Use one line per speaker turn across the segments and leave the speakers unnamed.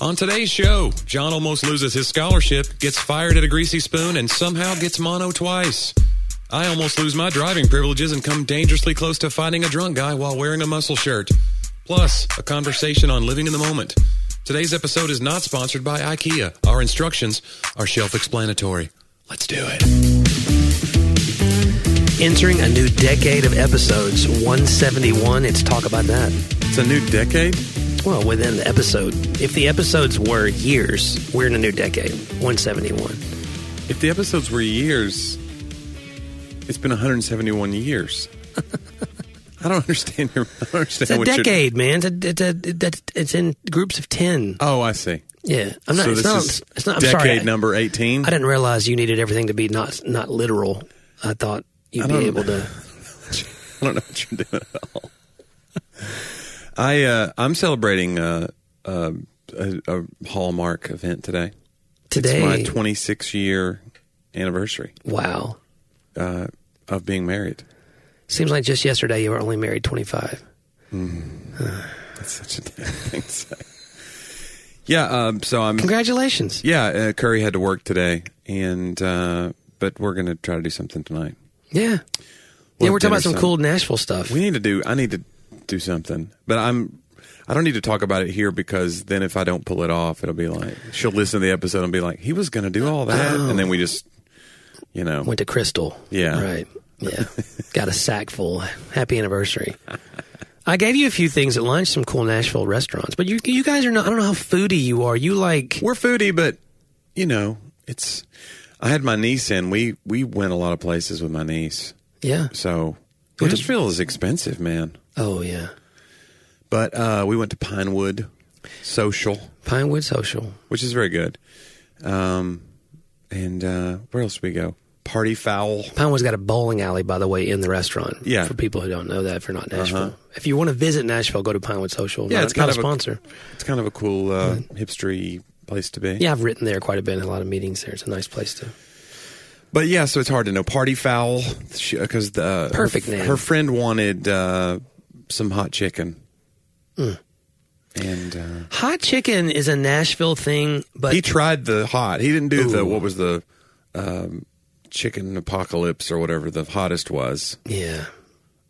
On today's show, John almost loses his scholarship, gets fired at a greasy spoon, and somehow gets mono twice. I almost lose my driving privileges and come dangerously close to fighting a drunk guy while wearing a muscle shirt. Plus, a conversation on living in the moment. Today's episode is not sponsored by IKEA. Our instructions are self explanatory. Let's do it.
Entering a new decade of episodes, 171. It's talk about that.
It's a new decade.
Well, within the episode, if the episodes were years, we're in a new decade, 171.
If the episodes were years, it's been 171 years. I don't understand your. I don't understand
It's a
what you're-
decade, man. It's, a, it's, a, it's, it's in groups of 10.
Oh, I see.
Yeah. I'm not,
so
it's
this
not,
is
it's not, I'm
decade
sorry. I-
number 18.
I, didn't realize you needed everything to be not, not literal. I thought you'd
I
be
don't-
able to.
I don't know what you're doing at all. I uh, I'm celebrating uh, uh, a, a hallmark event today.
Today.
It's my 26 year anniversary
wow.
uh, of being married.
Seems like just yesterday you were only married 25.
That's such a damn thing to say. Yeah. Um, so I'm
Congratulations.
Yeah, uh, Curry had to work today, and uh, but we're gonna try to do something tonight.
Yeah. Yeah,
Well,
we're talking about
dinner's
some
done.
cool Nashville stuff.
We need to do. I need to do something, but I'm. I don't need to talk about it here because then if I don't pull it off, it'll be like she'll listen to the episode and be like, "He was gonna do all that," and then we just, you know,
went to Crystal.
Yeah.
Right. Yeah. Got a sack full. Happy anniversary. I gave you a few things at lunch, some cool Nashville restaurants, but you you guys are not, I don't know how foodie you are. You like,
we're foodie, but you know, it's. I had my niece in. We we went a lot of places with my niece,
yeah.
so
Yeah.
Nashville is expensive, man.
Oh, yeah.
But uh, we went to Pinewood Social.
Pinewood Social.
which is very good. Um, and uh, where else we go? Party Foul.
Pinewood's got a bowling alley, by the way, in the restaurant.
Yeah.
For people who don't know that, if you're not Nashville. If you want to visit Nashville, go to Pinewood Social.
Yeah,
not,
it's
not
kind
a
of a-
sponsor.
It's kind of a cool uh, hipstery place to be.
yeah, I've written there quite a bit, in a lot of meetings there. It's a nice place to.
But yeah, so it's hard to know. Party Foul because the uh,
Perfect
her,
name.
Her friend wanted uh, some hot chicken,
Mm.
and
Hot chicken is a Nashville thing,
uh,
but
he tried the hot. He didn't do
Ooh.
the what was the um, chicken apocalypse or whatever the hottest was.
yeah.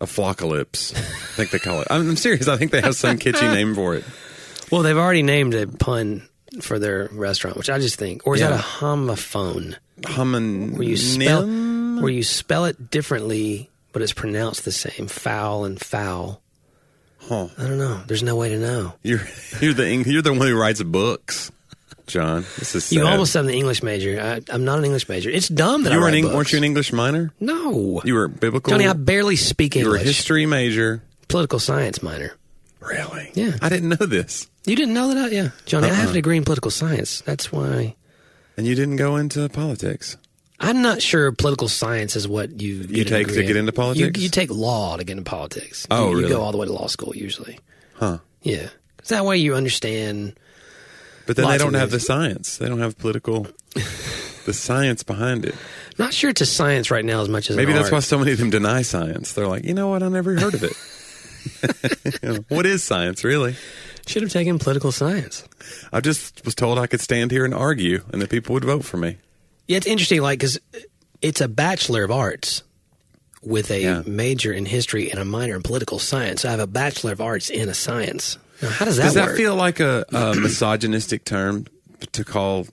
A flockalypse, I think they call it. I'm, I'm serious. I think they have some kitschy name for it.
Well, they've already named a pun for their restaurant, which I just think, or is that
Yeah.
a homophone?
Homonym.
Where you spell where you spell it differently, but it's pronounced the same, foul and foul.
Huh.
I don't know. There's no way to know.
You're you're the Eng- you're the one who writes books, John. This is sad.
You almost sound an English major. I, I'm not an English major. It's dumb that
you
I
were
write
an Eng-
books.
weren't you an English minor?
No,
You were biblical.
Johnny. I barely speak
you were a
English.
history major.
Political science minor.
Really?
Yeah.
I didn't know this,
You didn't know that? I, yeah, Johnny. I
Uh-uh.
have a degree in political science. That's why.
and you didn't go into politics.
I'm not sure political science is what you get a
take to
degree
get
in.
into politics?
You, you take law to get into politics.
Oh,
you, you
really?
go all the way to law school usually.
Huh.
Yeah, 'Cause that way you understand.
But then
Lots
they
of
don't have the
reasons.
science. They don't have political. the science behind it.
Not sure it's a science right now as much as
Maybe
an
that's why
art.
so many of them deny science. They're like, you know what? I never heard of it. You know, what is science really?
should have taken political science.
I just was told I could stand here and argue, and that people would vote for me.
Yeah, it's interesting. Like, because it's a bachelor of arts with a
Yeah.
major in history and a minor in political science. I have a bachelor of arts in a science. Now, how does that
Does that
work?
feel like a, a misogynistic term to call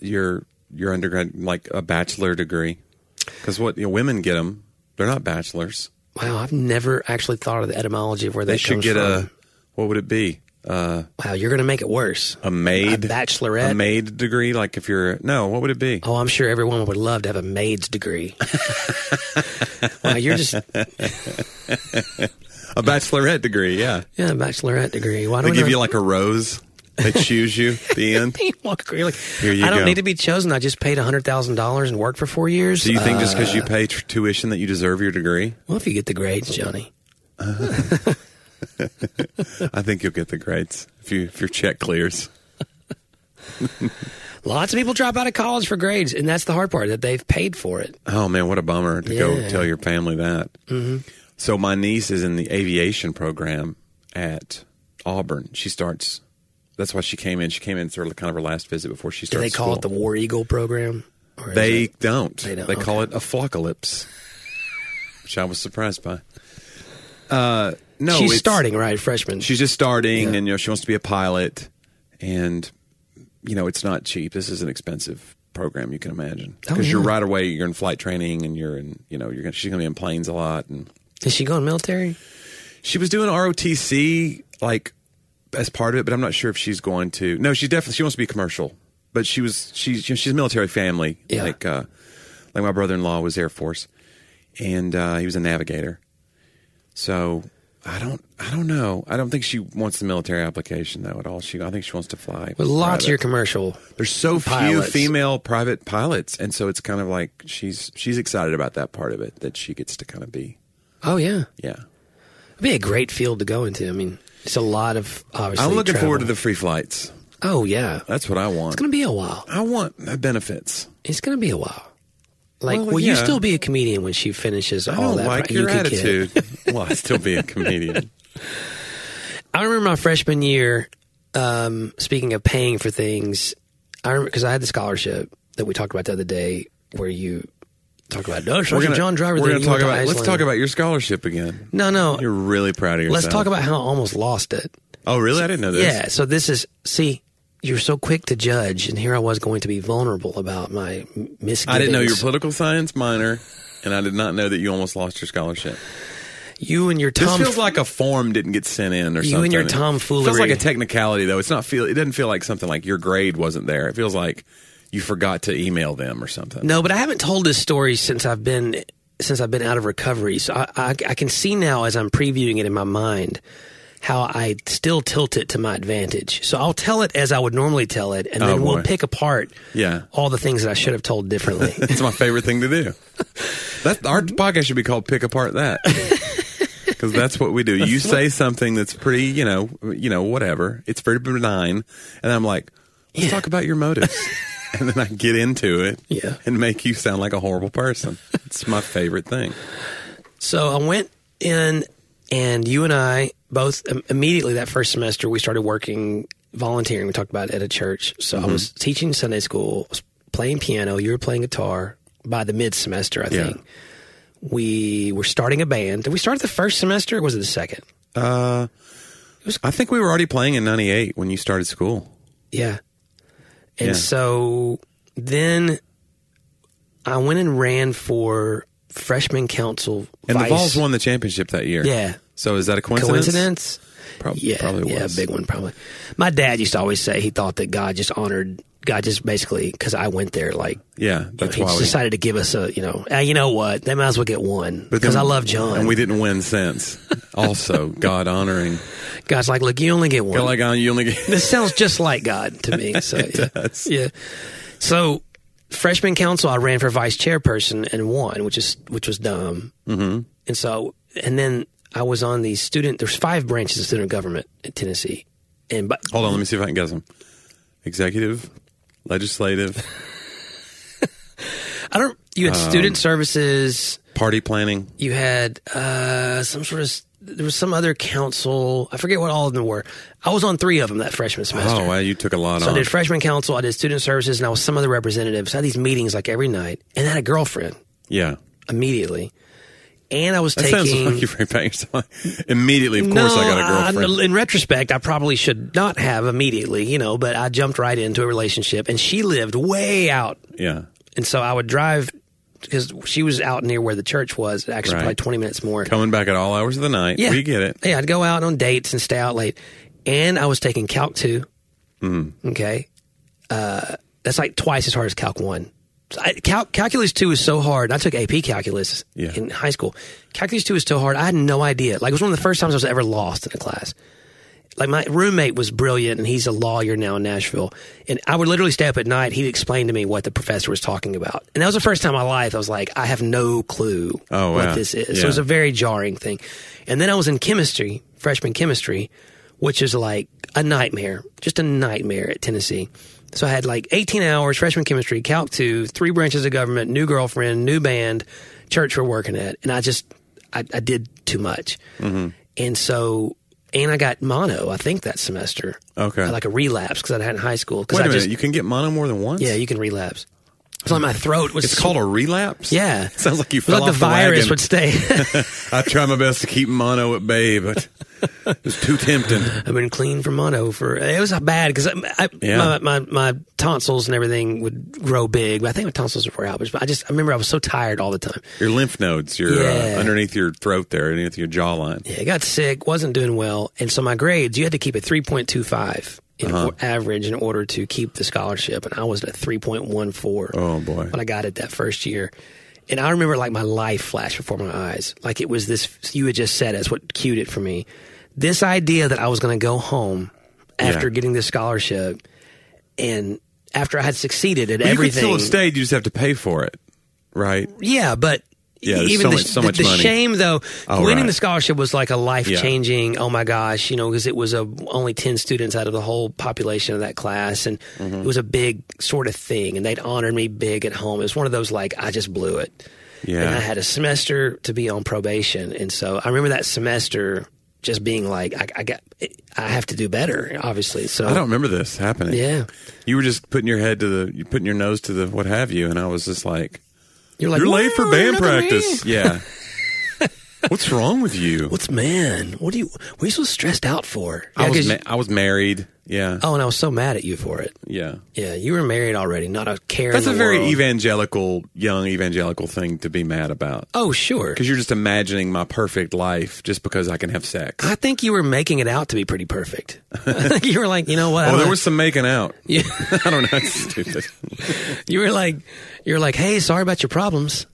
your your undergrad like a bachelor degree? Because what you know, women get them, they're not bachelors.
wow, I've never actually thought of the etymology of where
They
that
should
comes
get
from.
a what would it be? Uh,
Wow, you're going to make it worse.
a maid,
A bachelorette?
a maid degree. Like if you're no, what would it be?
Oh, I'm sure everyone would love to have a maid's degree. wow, you're just yeah,
A bachelorette degree. Yeah,
bachelorette degree. Why
they
don't
give
I,
you like a rose. They choose you at the end.
walk agree? Like,
Here you
I don't
go.
need to be chosen. I just paid hundred thousand dollars and worked for four years.
Do you think
Uh,
just because you pay t- tuition that you deserve your degree?
well, if you get the grades, Johnny.
I think you'll get the grades if you if your check clears.
Lots of people drop out of college for grades, and that's the hard part that they've paid for it.
Oh man, what a bummer to go
Yeah.
tell your family that. Mm-hmm. So my niece is in the aviation program at Auburn. She starts that's why she came in. She came in sort of kind of her last visit before she
Do
started.
they call it the
school.
War Eagle program? Or is
They
it-
don't.
They
They,
don't,
call it a flockalypse, which I was surprised by. Uh, no,
she's
it's-
starting right, freshman.
She's just starting,
Yeah.
and you know she wants to be a pilot, and you know it's not cheap. This is an expensive program, you can imagine,
Oh,
because you're
yeah.
right away. You're in flight training, and you're in you know you're gonna, she's going to be in planes a lot, and
is she going military?
she was doing ROTC like as part of it, but I'm not sure if she's going to. No, she definitely she wants to be commercial, but she was she's you know, she's a military family.
Yeah.
Like uh, like my brother in law was Air Force, and uh, he was a navigator. So I don't I don't know. I don't think she wants the military application though at all. She I think she wants to fly.
With lots
private.
of your commercial.
There's so
pilots.
few female private pilots, and so it's kind of like she's she's excited about that part of it that she gets to kind of be.
Oh yeah,
Yeah.
it'd be a great field to go into. I mean, it's a lot of obviously.
I'm looking
travel.
forward to the free flights.
Oh yeah, it's
That's what I want.
gonna be a while.
I want my benefits.
It's gonna be a while. Like,
Well,
will you
yeah.
still be a comedian when she finishes
I
all
don't
that?
like
pro-
your
Yuki kid?
attitude. well, I still be a comedian.
I remember my freshman year. Um, speaking of paying for things, I remember because I had the scholarship that we talked about the other day, where you talk about no,
We're
Sergeant
gonna-
John Driver.
We're
thing,
gonna
you
talk
went to
about. Let's
Iceland.
talk about your scholarship again.
No, no.
You're really proud of yourself.
Let's talk about how I almost lost it.
Oh, really? I didn't know this.
Yeah. So this is see, you're so quick to judge, and here I was going to be vulnerable about my m- misgivings.
I didn't know your political science minor, and I did not know that you almost lost your scholarship.
You and your
This
Tom.
feels like a form didn't get sent in, or
You
something.
and your
It
tomfoolery.
feels like a technicality, though. It's not feel. It doesn't feel like something like your grade wasn't there. It feels like you forgot to email them or something.
no, but I haven't told this story since I've been since I've been out of recovery. So I, I, I can see now as I'm previewing it in my mind how I still tilt it to my advantage. So I'll tell it as I would normally tell it, and then
Oh,
we'll
boy.
pick apart
Yeah.
all the things that I should have told differently.
It's my favorite thing to do. That our
Mm-hmm.
podcast should be called "Pick Apart That," because that's what we do. You say something that's pretty, you know, you know, whatever. It's pretty benign, and I'm like, "Let's
Yeah.
talk about your motives," and then I get into it,
Yeah.
and make you sound like a horrible person. It's my favorite thing.
So I went in, and you and I both im- immediately that first semester we started working volunteering. We talked about it at a church. So I was
Mm-hmm.
teaching Sunday school, was playing piano. You were playing guitar. By the mid semester, I
Yeah.
think we were starting a band. Did we start the first semester? or Was it the second?
Uh, I think we were already playing in '98 when you started school.
Yeah. And
Yeah.
so then I went and ran for freshman council.
And
vice.
the Vols won the championship that year.
Yeah.
So is that a coincidence?
Coincidence?
Prob-
Yeah,
probably was.
yeah, a big one, probably. My dad used to always say he thought that God just honored God, just basically because I went there. Like,
Yeah, that's
he
why
just
we.
decided to give us a, you know, "Hey, you know what? They might as well get one
but
because
then-
I love John.
and we didn't win since. Also, God honoring.
God's like, look, you only get one.
Feel like I- you only get.
this sounds just like God to me. So yeah.
does.
yeah. So freshman council, I ran for vice chairperson and won, which is which was dumb. Mm-hmm. And so, and then I was on the student. There's five branches of student government in Tennessee, and but
Hold on, let me see if I can guess them. Executive, legislative,
I don't. You had
Um,
student services.
party planning.
You had uh, some sort of. s- There was some other council. I forget what all of them were. I was on three of them that freshman semester.
Oh, wow, you took a lot
So I
on.
did freshman council. I did student services, and I was some other representatives. I had these meetings like every night, and I had a girlfriend
yeah.
immediately. And I was
That sounds
taking. uh,
like you were paying yourself. Immediately, of course, I got a girlfriend.
in retrospect, I probably should not have immediately, you know, but I jumped right into a relationship, and she lived way out
yeah.
and so I would drive because she was out near where the church was, actually probably
Right.
20 minutes more.
Coming back at all hours of the night.
yeah.
We get it.
Yeah, I'd go out on dates and stay out late. And I was taking Calc 2. Mm. Okay. Uh, that's like twice as hard as Calc 1. So I, Cal, calculus 2 is so hard. I took AP Calculus
Yeah.
in high school. Calculus 2 is so hard. I had no idea. Like, it was one of the first times I was ever lost in a class. Like, my roommate was brilliant, and he's a lawyer now in Nashville. And I would literally stay up at night. He'd explain to me what the professor was talking about. And that was the first time in my life I was like, I have no clue
Oh,
what
wow.
this is. So it
Yeah.
was a very jarring thing. And then I was in chemistry, freshman chemistry, which is like a nightmare, just a nightmare at Tennessee. So I had like 18 hours freshman chemistry, calc 2, three branches of government, new girlfriend, new band, church we're working at. And I just, I, I did too much. And so and I got mono. I think that semester.
Okay.
like a relapse because I had it in high school. 'cause
Wait a
I
minute.
just-
you can get mono more than once?
yeah, you can relapse. So like my throat was.
It's called a relapse?
Yeah.
Sounds like you
It was
fell
like the
off
virus
wagon.
would stay.
I try my best to keep mono at bay, but it's too tempting.
I've been clean from mono for. It was bad because I, I, my,
Yeah.
my my tonsils and everything would grow big. But I think my tonsils were for out. But I just I remember I was so tired all the time.
Your lymph nodes, your
Yeah.
uh, underneath your throat there, underneath your jawline.
Yeah, I got sick, wasn't doing well, and so my grades you had to keep at three point two five in
Uh-huh.
or- average in order to keep the scholarship, and I was at three point one four.
Oh, boy.
when I got it that first year. And I remember like my life flashed before my eyes. Like it was this, you had just said, that's what cued it for me. This idea that I was going to go home after
Yeah.
getting this scholarship and after I had succeeded at
But You could
everything.
still have stayed. You just have to pay for it, right?
Yeah, but
Yeah, there's
even
so
the,
much- so
the-
much
the
money.
shame though,
Oh,
winning
right.
the scholarship was like a life changing. Oh my gosh, you know, because it was a, only ten students out of the whole population of that class, and
Mm-hmm.
it was a big sort of thing. And they'd honored me big at home. It was one of those like I just blew it.
Yeah.
and I had a semester to be on probation, and so I remember that semester just being like, I, I got, I have to do better, obviously. So
I don't remember this happening.
Yeah,
You were just putting your head to the, you putting your nose to the what have you, and I was just like,
you're
you're late for
"Wow,
band
look at me."
practice. Yeah. What's wrong with you?
What's man? What do you? What are you so stressed out for? Yeah,
I
'cause
was
you-
ma- I was married. Yeah.
Oh, and I was so mad at you for it.
Yeah.
Yeah, you were married already, not a care.
That's
in
a
the
very
world.
evangelical, young evangelical thing to be mad about.
Oh, sure.
Because you're just imagining my perfect life just because I can have sex.
I think you were making it out to be pretty perfect. I think you were like, you know what?
Oh,
I'm
there
not-
was some making out.
Yeah.
I don't know. It's stupid.
you were like, you were like, hey, sorry about your problems.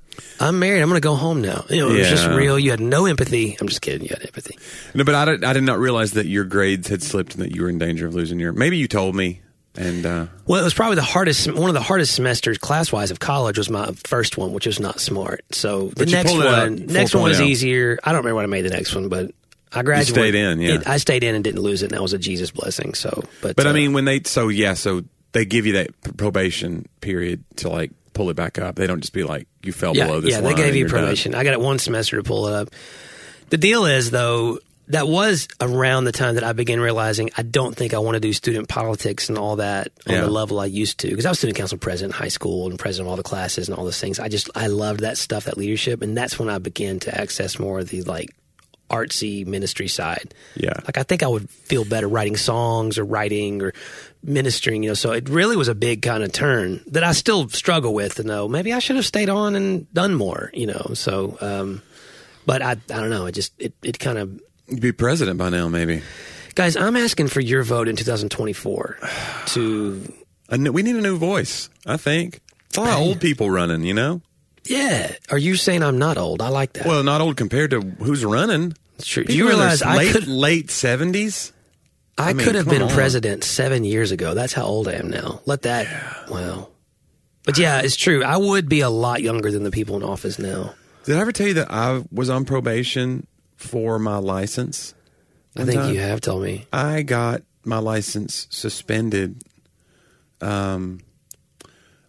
I'm married. I'm going to go home now. You know, it was just
Yeah.
real. You had no empathy. I'm just kidding. You had empathy.
No, but I did, I did not realize that your grades had slipped and that you were in danger of losing your. Maybe you told me, and uh,
Well, it was probably the hardest, one of the hardest semesters class wise of college was my first one, which was not smart. So the
But you
next
pulled it out
one, next one was
4.0.
easier. I don't remember when I made the next one, but I graduated.
stayed in, yeah.
I stayed in and didn't lose it, and that was a Jesus blessing. So, but
but I
uh,
mean when they so yeah so they give you that p- probation period to like pull it back up. They don't just be like you fell
yeah,
below this.
yeah,
line
they gave
and
you
you're done.
probation. I got it one semester to pull it up. The deal is though that was around the time that I began realizing I don't think I want to do student politics and all that on
Yeah.
the level I used to because I was student council president in high school and president of all the classes and all those things. I just I loved that stuff, that leadership, and that's when I began to access more of the like artsy ministry side.
Yeah.
Like I think I would feel better writing songs or writing or ministering, you know. So it really was a big kind of turn that I still struggle with to know maybe I should have stayed on and done more, you know. So um but I I don't know, it just it, it kind of
You'd be president by now, maybe.
guys, I'm asking for your vote in 2024 to
A new- we need a new voice. I think it's a lot of old people running. You know,
yeah, are you saying I'm not old? I like that.
well, not old compared to who's running.
It's true. Do
People
you
in their
realize I
late,
could-
late seventies?
I,
mean,
could have
come
been
on.
president seven years ago. That's how old I am now. Let that. Wow. But yeah, it's true. I would be a lot younger than the people in office now.
Did I ever tell you that I was on probation for my license?
I think
time.
you have told me.
I got my license suspended. Um,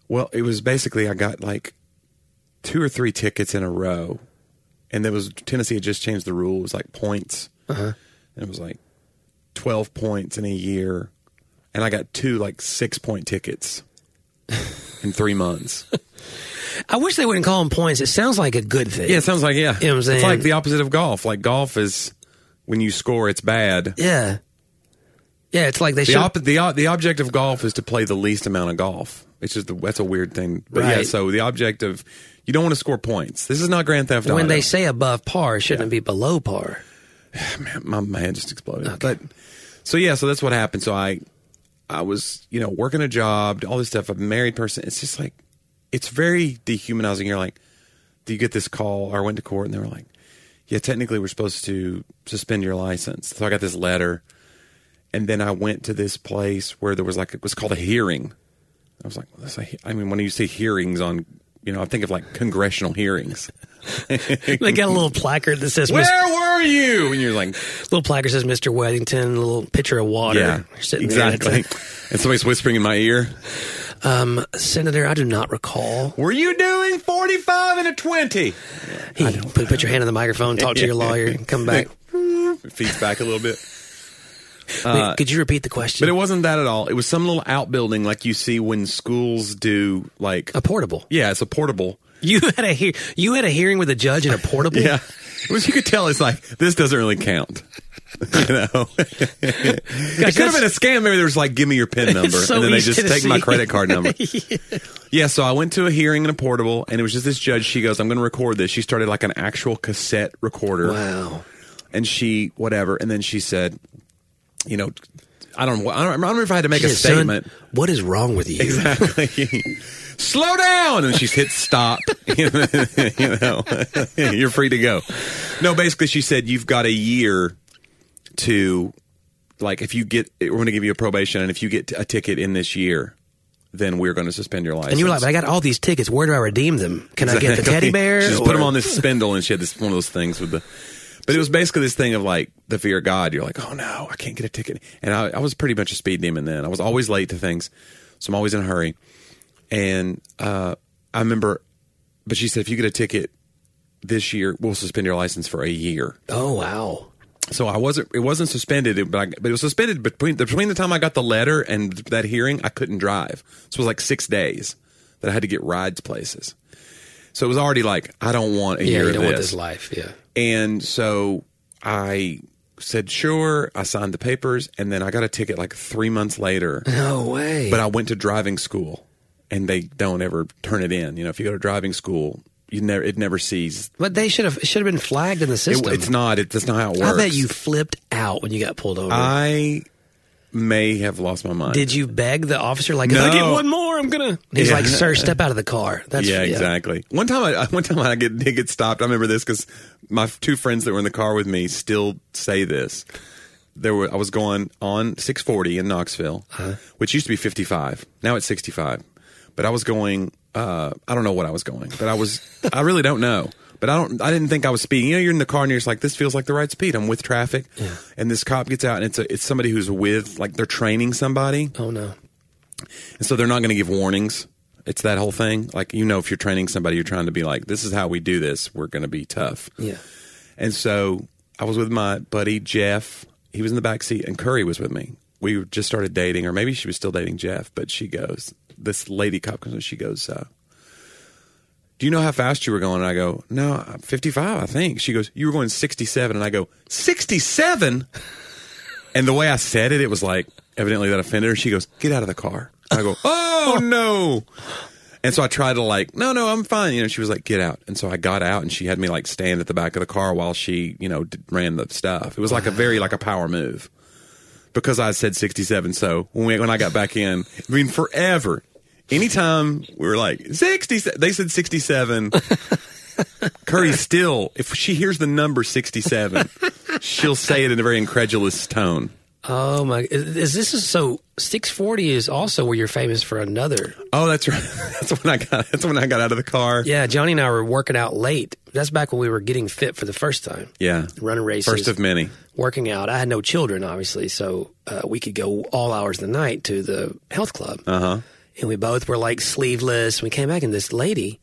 well, it was basically I got like two or three tickets in a row, and there was Tennessee had just changed the rule. It was like points,
Uh-huh.
and it was like twelve points in a year, and I got two like six point tickets in three months.
I wish they wouldn't call them points. It sounds like a good thing.
Yeah, it sounds like yeah.
You know what I'm saying?
It's like the opposite of golf. Like golf is when you score, it's bad.
Yeah. Yeah, it's like they
The
should.
op- the o- the object of golf is to play the least amount of golf. It's just that's a weird thing. But yeah,
Right.
so the object of you don't want to score points. This is not Grand Theft Auto.
when they say above par, shouldn't it be below par?
my, my head just exploded. But so yeah, so that's what happened. So I I was you know working a job, all this stuff. A married person. It's just like it's very dehumanizing. You're like, do you get this call? Or I went to court and they were like, yeah, technically we're supposed to suspend your license. So I got this letter, and then I went to this place where there was like it was called a hearing. I was like, well, that's a he- I mean, when you say hearings on, you know, I think of like congressional hearings.
They got a little placard that says Mr.
Where were you? And you're like,
little placard says Mr. Weddington, a little pitcher of water. You're
yeah,
sitting there, and it's
exactly. and somebody's whispering in my ear,
like, Senator, I do not recall.
"Were you doing forty-five and a 20?
He, put, put your hand on the microphone, talk to your lawyer, come back.
It feeds back a little bit. Uh,
Wait, could you repeat the question?
But it wasn't that at all. It was some little outbuilding like you see when schools do like
a portable.
yeah, it's a portable.
You had a hear- you had a hearing with a judge in a portable.
Yeah, it was, you could tell it's like this doesn't really count. you know, it could have been a scam. Maybe there was like, give me your pin number,
so
and then they
easy
just
to
take my
see.
credit card number. yeah. so I went to a hearing in a portable, and it was just this judge. She goes, "I'm going to record this." She started like an actual cassette recorder.
Wow.
and she whatever, and then she said, you know. I don't, I don't. I don't remember if I had to make a
Shit, son,
statement.
what is wrong with you?
slow down and she's hit stop you know you're free to go no basically she said you've got a year to like if you get we're going to give you a probation and if you get a ticket in this year then we're going to suspend your license
And you were like, but I got all these tickets. Where do I redeem them? Can I get the teddy bear?
she just
or-
put them on this spindle and she had this one of those things with the but it was basically this thing of like the fear of God. You're like, oh no, I can't get a ticket. And I, I was pretty much a speed demon then. I was always late to things, so I'm always in a hurry. And uh, I remember, but she said, if you get a ticket this year, we'll suspend your license for a year.
Oh wow.
So I wasn't. It wasn't suspended, it- but, I, but it was suspended between between the time I got the letter and that hearing. I couldn't drive, so it was like six days that I had to get rides places. So it was already like I don't want a
Yeah,
year
you
of
don't want
this.
this life. Yeah.
And so I said sure. I signed the papers, and then I got a ticket like three months later.
No way.
But I went to driving school, and they don't ever turn it in. You know, if you go to driving school, you never it never sees.
but they should have it should have been flagged in the
It,
system.
it's not. It, that's not how it works. Uh,
I bet you flipped out when you got pulled over.
I may have lost my mind.
Did you beg the officer like, if I
No.
get one more, I'm gonna? He's
Yeah.
like, sir, step out of the car. That's
yeah, exactly. One time, I one time I get did get stopped. I remember this because my f- two friends that were in the car with me still say this. There were I was going on 640 in Knoxville, which used to be 55. Now it's 65. But I was going. Uh, I don't know what I was going, but I was. I really don't know. But I don't. I didn't think I was speeding. You know, you're in the car and you're just like, this feels like the right speed. I'm with traffic, and this cop gets out and it's a, it's somebody who's with like they're training somebody.
Oh no.
And so they're not going to give warnings. It's that whole thing. Like, you know, if you're training somebody, you're trying to be like, this is how we do this. We're going to be tough.
Yeah.
And so I was with my buddy Jeff. He was in the back seat, and Curry was with me. We just started dating, or maybe she was still dating Jeff. But she goes, this lady cop comes, and she goes, uh, "Do you know how fast you were going?" And I go, "No, I'm 55, I think." She goes, "You were going 67," and I go, "67." And the way I said it, it was like evidently that offended her. She goes, "Get out of the car." And I go, "Oh no." And so I tried to like, no, no, I'm fine. You know, she was like, get out. And so I got out and she had me like stand at the back of the car while she, you know, d- ran the stuff. It was like a very, like a power move because I said 67. So when, we, when I got back in, I mean, forever, anytime we were like 67, they said 67. Curry still, if she hears the number 67, she'll say it in a very incredulous tone.
Oh my. Is, is this is so? Six forty is also where you're famous for another.
Oh, that's right. That's when I got, that's when I got out of the car.
Yeah, Johnny and I were working out late. That's back when we were getting fit for the first time.
Yeah.
Running races.
First of many.
working out. I had no children, obviously, so uh, we could go all hours of the night to the health club. Uh-huh. And we both were like sleeveless. We came back, and this lady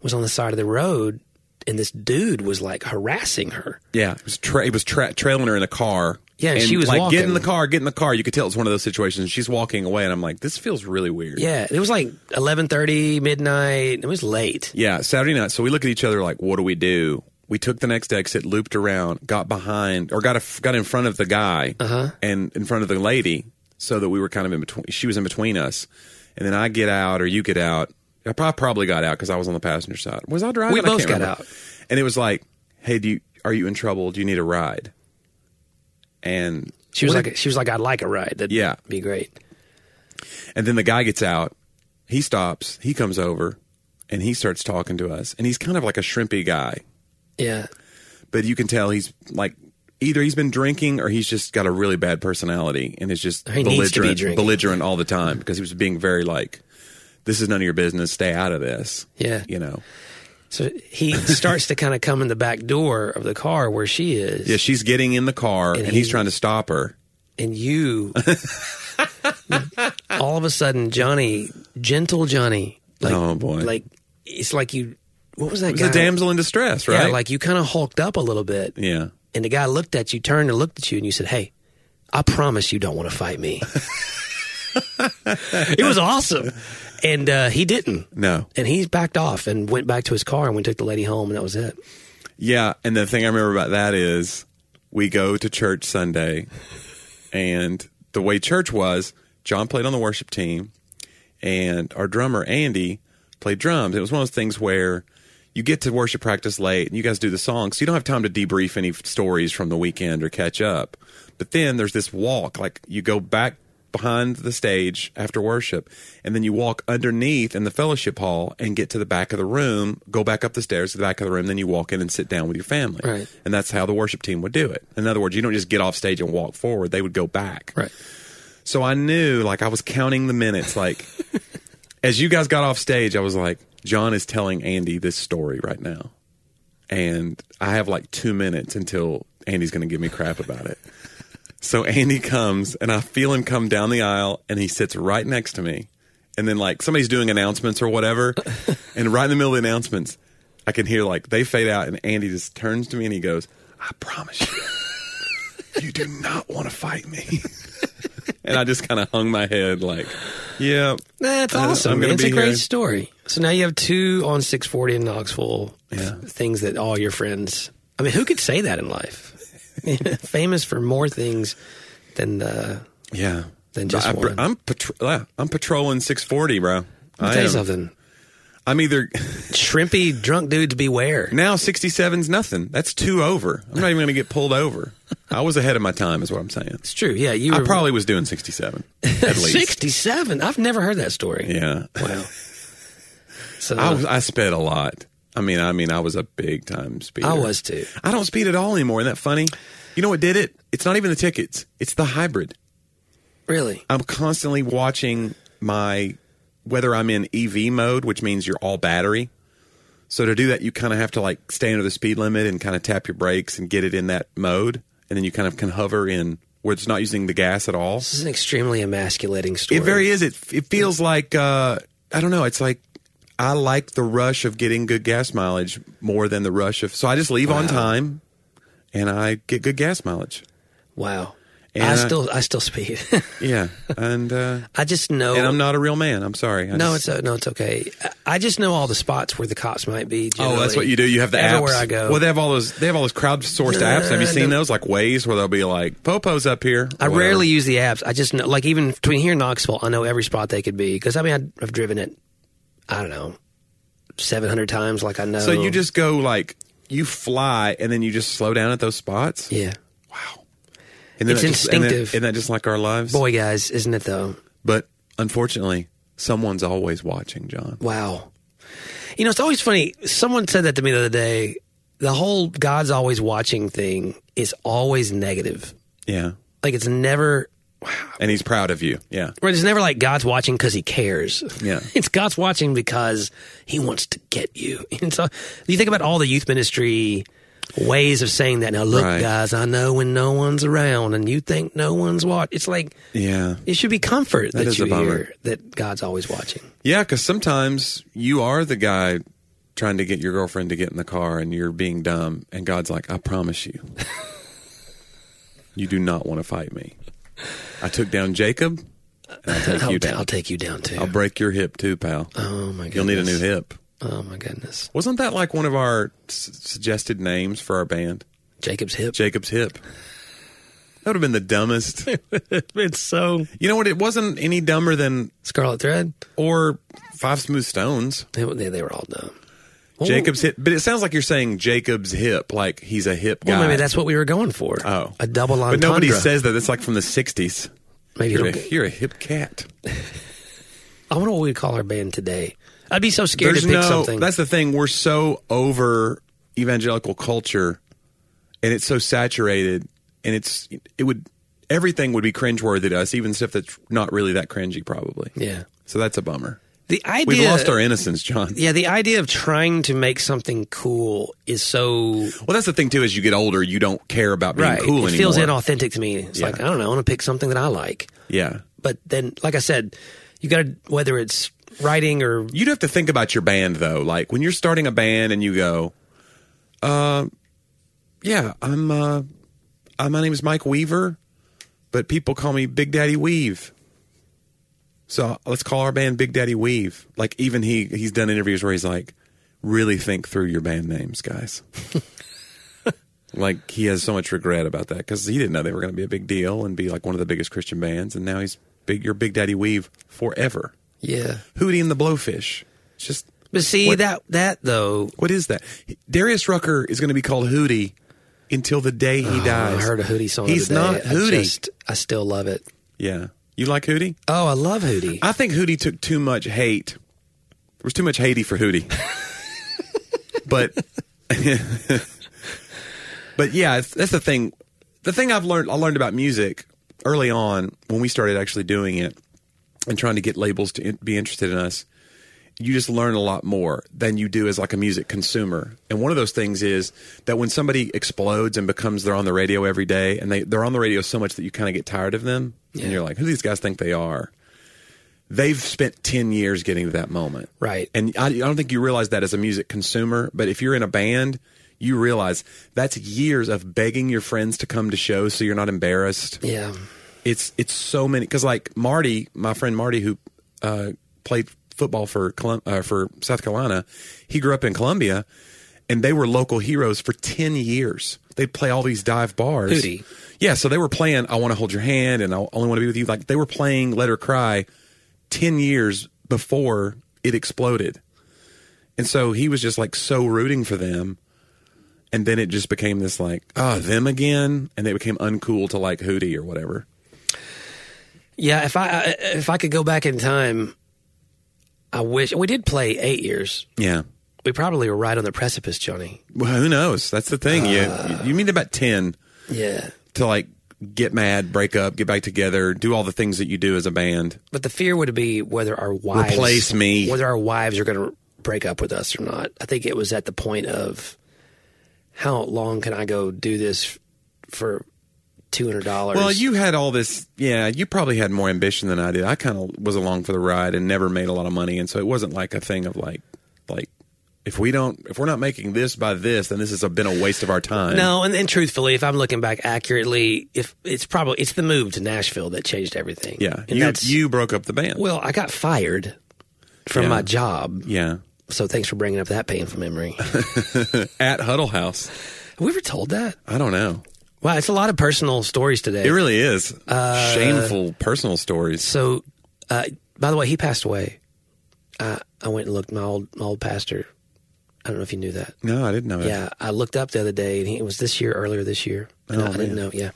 was on the side of the road, and this dude was like harassing her.
Yeah, it was tra- it was tra- trailing her in a car.
Yeah,
and
she was
like,
walking.
get in the car, get in the car. You could tell it's one of those situations. She's walking away, and I'm like, this feels really weird.
Yeah, it was like eleven thirty, midnight. It was late.
Yeah, Saturday night. So we look at each other like, what do we do? We took the next exit, looped around, got behind or got a, got in front of the guy
Uh-huh.
and in front of the lady, so that we were kind of in between. She was in between us, and then I get out or you get out. I prob- probably got out because I was on the passenger side. Was I driving?
We
I
both
can't
got
remember.
out.
and it was like, hey, do you are you in trouble? Do you need a ride? And
She was
What a-
like, she was like, I'd like a ride. That'd
Yeah.
be great.
And then the guy gets out, he stops, he comes over, and he starts talking to us. And he's kind of like a shrimpy guy,
Yeah,
but you can tell he's like either he's been drinking or he's just got a really bad personality and is just
He needs to be
belligerent,
drinking.
belligerent all the time because he was being very like, "This is none of your business. Stay out of this."
Yeah.
you know.
so he starts to kind of come in the back door of the car where she is.
Yeah, she's getting in the car and,
he-
he's trying to stop her.
and you all of a sudden johnny gentle johnny like
Oh, boy.
like it's like you what was that
It was
guy
a damsel in distress,
yeah
right?
like you kind of hulked up a little bit
yeah.
and the guy looked at you turned and looked at you and you said hey I promise you don't want to fight me. it was awesome. And uh, he didn't.
No.
And he backed off and went back to his car and we took the lady home and that was it.
Yeah, and the thing I remember about that is we go to church Sunday, and the way church was, John played on the worship team, and our drummer Andy played drums. It was one of those things where you get to worship practice late, and you guys do the songs, so you don't have time to debrief any stories from the weekend or catch up. But then there's this walk, like you go back behind the stage after worship, and then you walk underneath in the fellowship hall and get to the back of the room, go back up the stairs to the back of the room, then you walk in and sit down with your family.
Right.
And that's how the worship team would do it. In other words, you don't just get off stage and walk forward, they would go back. So I knew, like, I was counting the minutes. Like, as you guys got off stage, I was like, John is telling Andy this story right now. And I have like two minutes until Andy's going to give me crap about it. So Andy comes, and I feel him come down the aisle, and he sits right next to me. And then, like, somebody's doing announcements or whatever. and right in the middle of the announcements, I can hear, like, they fade out, and Andy just turns to me and he goes, I promise you, you do not want to fight me. And I just kind of hung my head, like, yeah,
That's
I'm
awesome.
gonna
It's
be
a great
here.
story. So now you have two on 640 in Knoxville f- things that all your friends. I mean, who could say that in life? Famous for more things than uh, the.
yeah.
Then just
I,
one.
am patro- I'm patrolling 640, bro.
I'll tell
I
you
am.
something.
I'm either
Shrimpy drunk dudes beware.
now 67's nothing. That's two over. I'm not even going to get pulled over. I was ahead of my time, is what I'm saying.
It's true. Yeah, you
I
were
probably was doing 67 at least.
67. I've never heard that story.
Yeah.
Wow. So
I was I sped a lot. I mean, I mean, I was a big time speeder.
I was too.
I don't speed at all anymore. Isn't that funny? You know what did it? It's not even the tickets. It's the hybrid.
really
I'm constantly watching my whether I'm in EV mode, which means you're all battery. So to do that, you kind of have to like stay under the speed limit and kind of tap your brakes and get it in that mode, and then you kind of can hover in where it's not using the gas at all.
this is an extremely emasculating story.
It very is. It it feels like uh, I don't know. It's like I like the rush of getting good gas mileage more than the rush of. So I just leave on time, and I get good gas mileage.
wow.
And
I
I-
still I still speed.
Yeah, and uh,
I just know
and I'm not a real man. I'm sorry. I
No,
just-
it's uh, no, it's okay. I- I just know all the spots where the cops might be.
Oh, that's
generally.
what you do. You have the
everywhere
apps.
I go.
Well, they have all those. They have all those crowdsourced apps. Have you
Uh,
seen
no.
those? Like Waze, where they'll be like, "Popo's up here."
I
or whatever.
rarely use the apps. I just know, like even between here and Knoxville, I know every spot they could be because I mean I'd- I've driven it. I don't know, seven hundred times. Like I know.
So you just go like you fly, and then you just slow down at those spots.
yeah.
and then
It's
that just- and then-
instinctive.
Isn't that just like our lives?
Boy, guys, isn't it though?
But unfortunately, someone's always watching, John.
Wow. You know, it's always funny. Someone said that to me the other day. The whole God's always watching thing is always negative.
Yeah.
Like it's never
And he's proud of you. Yeah.
Right, it's never like God's watching because he cares.
Yeah.
It's God's watching because he wants to get you. And so you think about all the youth ministry ways of saying that. Now, look,
Right.
guys, I know when no one's around and you think no one's watching. It's like,
Yeah.
it should be comfort that,
is
you
a bummer.
hear that God's always watching.
Yeah, because sometimes you are the guy trying to get your girlfriend to get in the car and you're being dumb, and God's like, I promise you, you do not want to fight me. I took down Jacob, and I'll take
I'll,
you
ta-
down.
I'll take you down too.
I'll break your hip too, pal.
oh, my goodness.
You'll need a new hip.
Oh, my goodness.
Wasn't that like one of our s- suggested names for our band?
Jacob's hip.
Jacob's Hip. That would have been the dumbest.
it's so.
You know what? It wasn't any dumber than
Scarlet Thread.
or Five Smooth Stones.
They, they, they were all dumb. Well,
Jacob's hip, but it sounds like you're saying Jacob's hip, like he's a hip guy.
Well, maybe that's what we were going for.
oh,
A double entendre.
But nobody says that. That's like from the '60s.
Maybe
You're
it'll
a,
be-
you're a hip cat.
I wonder what we'd call our band today. I'd be so scared
There's
to pick
no.
something.
That's the thing. We're so over evangelical culture, and it's so saturated, and it's it would everything would be cringeworthy to us, even stuff that's not really that cringy, probably.
yeah.
So that's a bummer.
The idea.
We've lost our innocence, John.
yeah, the idea of trying to make something cool is so
Well, that's the thing too. As you get older, you don't care about being
right.
cool
it
anymore.
feels inauthentic to me. It's
Yeah.
like I don't know. I want to pick something that I like,
Yeah.
but then, like I said, you got to whether it's writing or
You'd have to think about your band though. Like when you're starting a band and you go, uh, uh, yeah, I'm, uh, uh, my name is Mike Weaver but people call me Big Daddy Weave. So let's call our band Big Daddy Weave. Like even he he's done interviews where he's like, really think through your band names, guys. like he has so much regret about that because he didn't know they were going to be a big deal and be like one of the biggest Christian bands, and now he's big. Your Big Daddy Weave forever.
Yeah.
Hootie and the Blowfish. It's just
But see
What-
that that though.
what is that? Darius Rucker is going to be called Hootie until the day he dies.
Oh, I heard a Hootie song. the
He's
other
not
day.
Hootie.
I, just, I still love it.
yeah, you like Hootie?
Oh, I love Hootie.
I think Hootie took too much hate. There was too much hatey for Hootie. but but yeah, it's, that's the thing. The thing I've learned I learned about music early on when we started actually doing it and trying to get labels to in- be interested in us. You just learn a lot more than you do as like a music consumer. And one of those things is that when somebody explodes and becomes they're on the radio every day and they, they're on the radio so much that you kind of get tired of them
Yeah.
and you're like, who do these guys think they are? they've spent 10 years getting to that moment.
Right.
And I, I don't think you realize that as a music consumer, but if you're in a band, you realize that's years of begging your friends to come to shows so you're not embarrassed.
yeah.
It's it's so many cuz like Marty, my friend Marty who uh, played football for Colum- uh, for South Carolina, he grew up in Columbia and they were local heroes for 10 years. They'd play all these dive bars.
Hootie.
Yeah, so they were playing I Want to Hold Your Hand and I Only Want to Be With You. Like they were playing Let Her Cry 10 years before it exploded. And so he was just like so rooting for them. And then it just became this like, ah, them again. And they became uncool to like Hootie or whatever.
Yeah. If I I- if I could go back in time, I wish we did play eight years.
Yeah.
We probably were right on the precipice, Johnny.
Well, who knows? That's the thing. you, you mean about 10
Yeah.
to like get mad, break up, get back together, do all the things that you do as a band.
But the fear would be whether our wives
Replace me.
whether our wives are going to break up with us or not. I think it was at the point of how long can I go do this for two hundred dollars?
Well, you had all this. Yeah, you probably had more ambition than I did. I kind of was along for the ride and never made a lot of money, and so it wasn't like a thing of like, like if we don't, if we're not making this by this, then this has been a waste of our time.
no, and, and truthfully, if I'm looking back accurately, if it's probably it's the move to Nashville that changed everything.
yeah,
and
you
that's
you broke up the band.
well, I got fired from
Yeah.
my job,
yeah,
so thanks for bringing up that painful memory. Have
at Huddle House.
we ever told that?
I don't know.
Wow, it's a lot of personal stories today.
It really is
Uh,
shameful personal stories.
So, uh, by the way, he passed away. I I went and looked my old my old pastor. I don't know if you knew that.
No, I didn't know. that.
Yeah, I looked up the other day, and he, it was this year, earlier this year. And I, I didn't know. Yeah,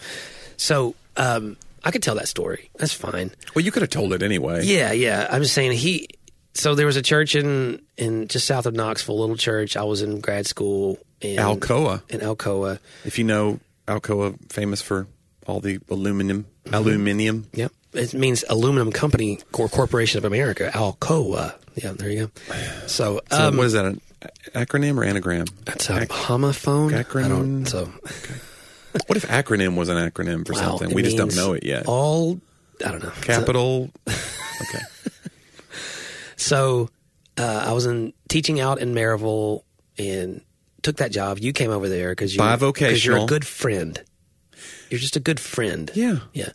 so um, I could tell that story. That's fine.
Well, you could have told it anyway.
Yeah, yeah. I'm just saying he. So there was a church in in just south of Knoxville, a little church. I was in grad school in
Alcoa.
in Alcoa.
If you know Alcoa, famous for all the aluminum,
Mm-hmm.
aluminum.
Yep. It means Aluminum Company Cor- Corporation of America, Alcoa. Yeah, there you go. So,
So
um,
what is that? An acronym or anagram?
It's a homophone.
acronym.
I don't, so
What if acronym was an acronym for
well,
something?
it
We just don't
means
know it yet.
All I don't know.
Capital. okay.
So uh, I was in teaching out in Maryville and took that job. You came over there because you because you're a
Bivocational.
good friend. You're just a good friend.
Yeah.
yeah.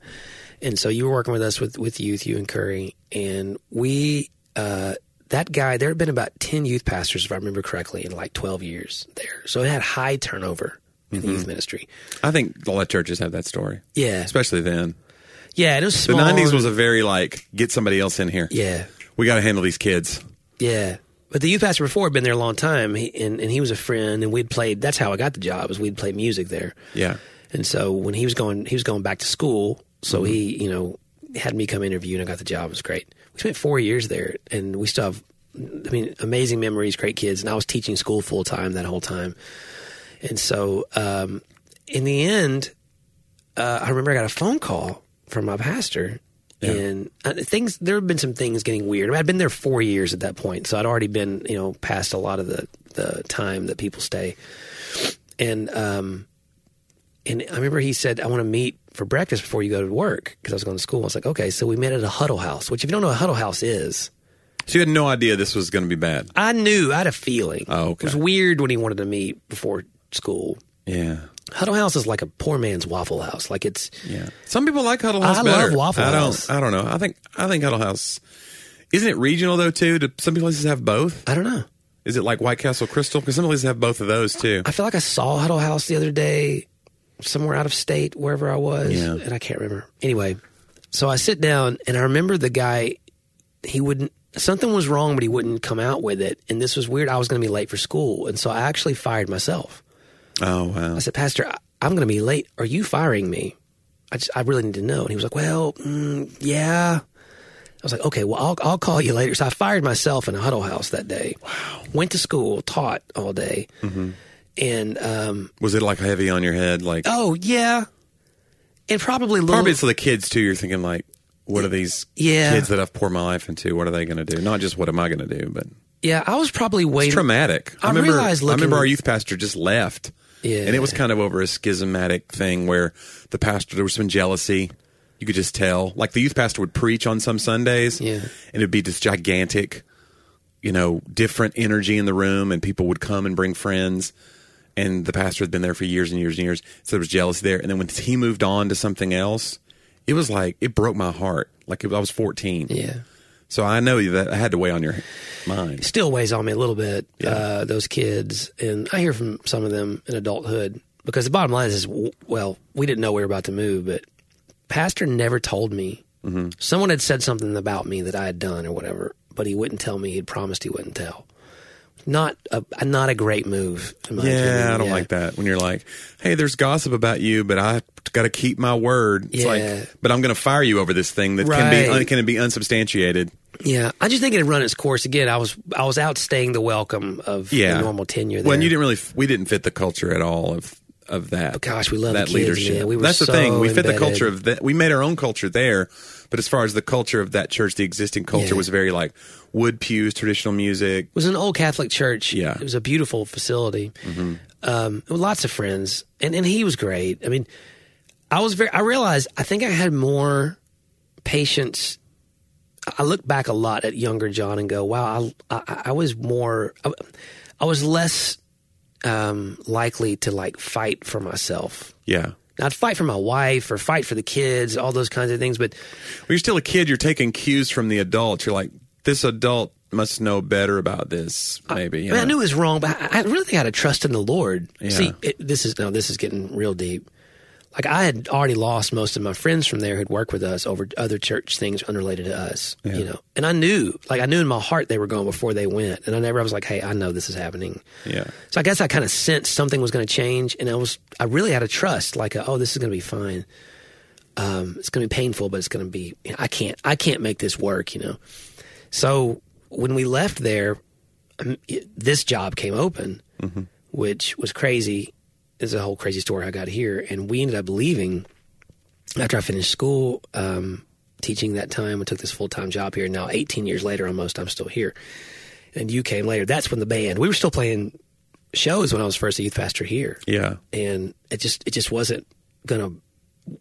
And so you were working with us with with youth, you and Curry, and we. Uh, that guy, there had been about 10 youth pastors, if I remember correctly, in like 12 years there. So it had high turnover in
Mm-hmm.
the youth ministry.
I think a lot of churches have that story,
Yeah.
especially then.
Yeah, it was
The
small.
90s was a very like, get somebody else in here.
Yeah.
We got to handle these kids.
Yeah. But the youth pastor before had been there a long time, he, and, and he was a friend, and we'd played. That's how I got the job, is we'd play music there.
Yeah.
And so when he was going, he was going back to school. So he, you know, had me come interview, and I got the job. It was great. We spent four years there, and we still have, I mean, amazing memories, great kids. And I was teaching school full time that whole time. And so, um, in the end, uh, I remember I got a phone call from my pastor, and uh, things. There have been some things getting weird. I mean, I'd been there four years at that point, so I'd already been, you know, past a lot of the the time that people stay. And um, and I remember he said, "I want to meet for breakfast before you go to work," because I was going to school. I was like, "Okay." So we met at a huddle house, which if you don't know what a huddle house is,
So you had no idea this was going to be bad.
I knew I had a feeling.
Oh, okay.
It was weird when he wanted to meet before school.
Yeah.
Huddle House is like a poor man's Waffle House. Like it's
Yeah. Some people like Huddle
I
House
love
better.
Waffle
I don't,
House.
I don't know. I think I think Huddle House isn't it regional though too? Do some places have both?
I don't know.
Is it like White Castle Crystal? Because some places have both of those too.
I feel like I saw Huddle House the other day somewhere out of state, wherever I was,
Yeah.
and I can't remember. Anyway, so I sit down and I remember the guy. He wouldn't. Something was wrong, but he wouldn't come out with it, and this was weird. I was going to be late for school, and so I actually fired myself.
Oh wow.
I said, Pastor, I- I'm going to be late. Are you firing me? I just, I really need to know. And he was like, Well, mm, yeah. I was like, Okay, well, I'll, I'll call you later. So I fired myself in a huddle house that day. Wow. Went to school, taught all day. And, um,
Was it like heavy on your head? Like
oh, yeah. And probably a little.
probably it's for the kids too. You're thinking like, what are these
Yeah.
kids that I've poured my life into? What are they going to do? Not just what am I going to do, but
yeah, I was probably waiting.
it's traumatic.
I
remember.
realized
I
looking-
remember our youth pastor just left.
Yeah.
And it was kind of over a schismatic thing where the pastor there was some jealousy. You could just tell. Like the youth pastor would preach on some Sundays,
Yeah.
and it'd be this gigantic, you know, different energy in the room, and people would come and bring friends. And the pastor had been there for years and years and years, so there was jealousy there. And then when he moved on to something else, it was like it broke my heart. Like it, I was fourteen,
Yeah.
so I know that I had to weigh on your mind.
still weighs on me a little bit. Uh, those kids, and I hear from some of them in adulthood because the bottom line is, w- well, we didn't know we were about to move, but pastor never told me.
Mm-hmm.
Someone had said something about me that I had done or whatever, but he wouldn't tell me. He'd promised he wouldn't tell. Not a not a great move. In my opinion.
Yeah, I don't like that. When you're like, hey, there's gossip about you, but I got to keep my word. It's
Yeah.
like, but I'm going to fire you over this thing that can be
Right.
un- can be unsubstantiated.
Yeah, I just think it had run its course again. I was I was outstaying the welcome of
Yeah,
the normal tenure. There.
Well, and you didn't really. f- We didn't fit the culture at all of of that.
gosh, we love the
that
kids,
leadership.
man. We were
That's the
so
thing. We fit
embedded.
the culture of that. We made our own culture there, but as far as the culture of that church, the existing culture
Yeah.
was very like wood pews, traditional music.
It was an old Catholic church.
Yeah.
It was a beautiful facility. Um, with lots of friends, and and he was great. I mean, I was very. I realized I think I had more patience. I- I look back a lot at younger John and go, wow, I I, I was more. I, I was less um, likely to like fight for myself.
Yeah.
I'd fight for my wife or fight for the kids, all those kinds of things. But
When you're still a kid, you're taking cues from the adults. You're like, this adult must know better about this. Maybe. you
I, mean, I
know?
knew it was wrong, but I, I really think I had to trust in the Lord.
Yeah.
See, it, this is now this is getting real deep. Like I had already lost most of my friends from there who'd worked with us over other church things unrelated to us, you know. And I knew, like I knew in my heart they were going before they went, and I never I was like, hey, I know this is happening.
Yeah.
So I guess I kind of sensed something was going to change, and I was I really had to trust, like, oh, this is going to be fine. Um, it's going to be painful, but it's going to be you know, I can't I can't make this work, you know. So when we left there, um, it, this job came open, which was crazy. It's a whole crazy story. I got here, and we ended up leaving after I finished school um, teaching that time. I took this full time job here. Now, 18 years later, almost, I'm still here. And you came later. That's when the band. We were still playing shows when I was first a youth pastor here
Yeah.
and it just it just wasn't gonna.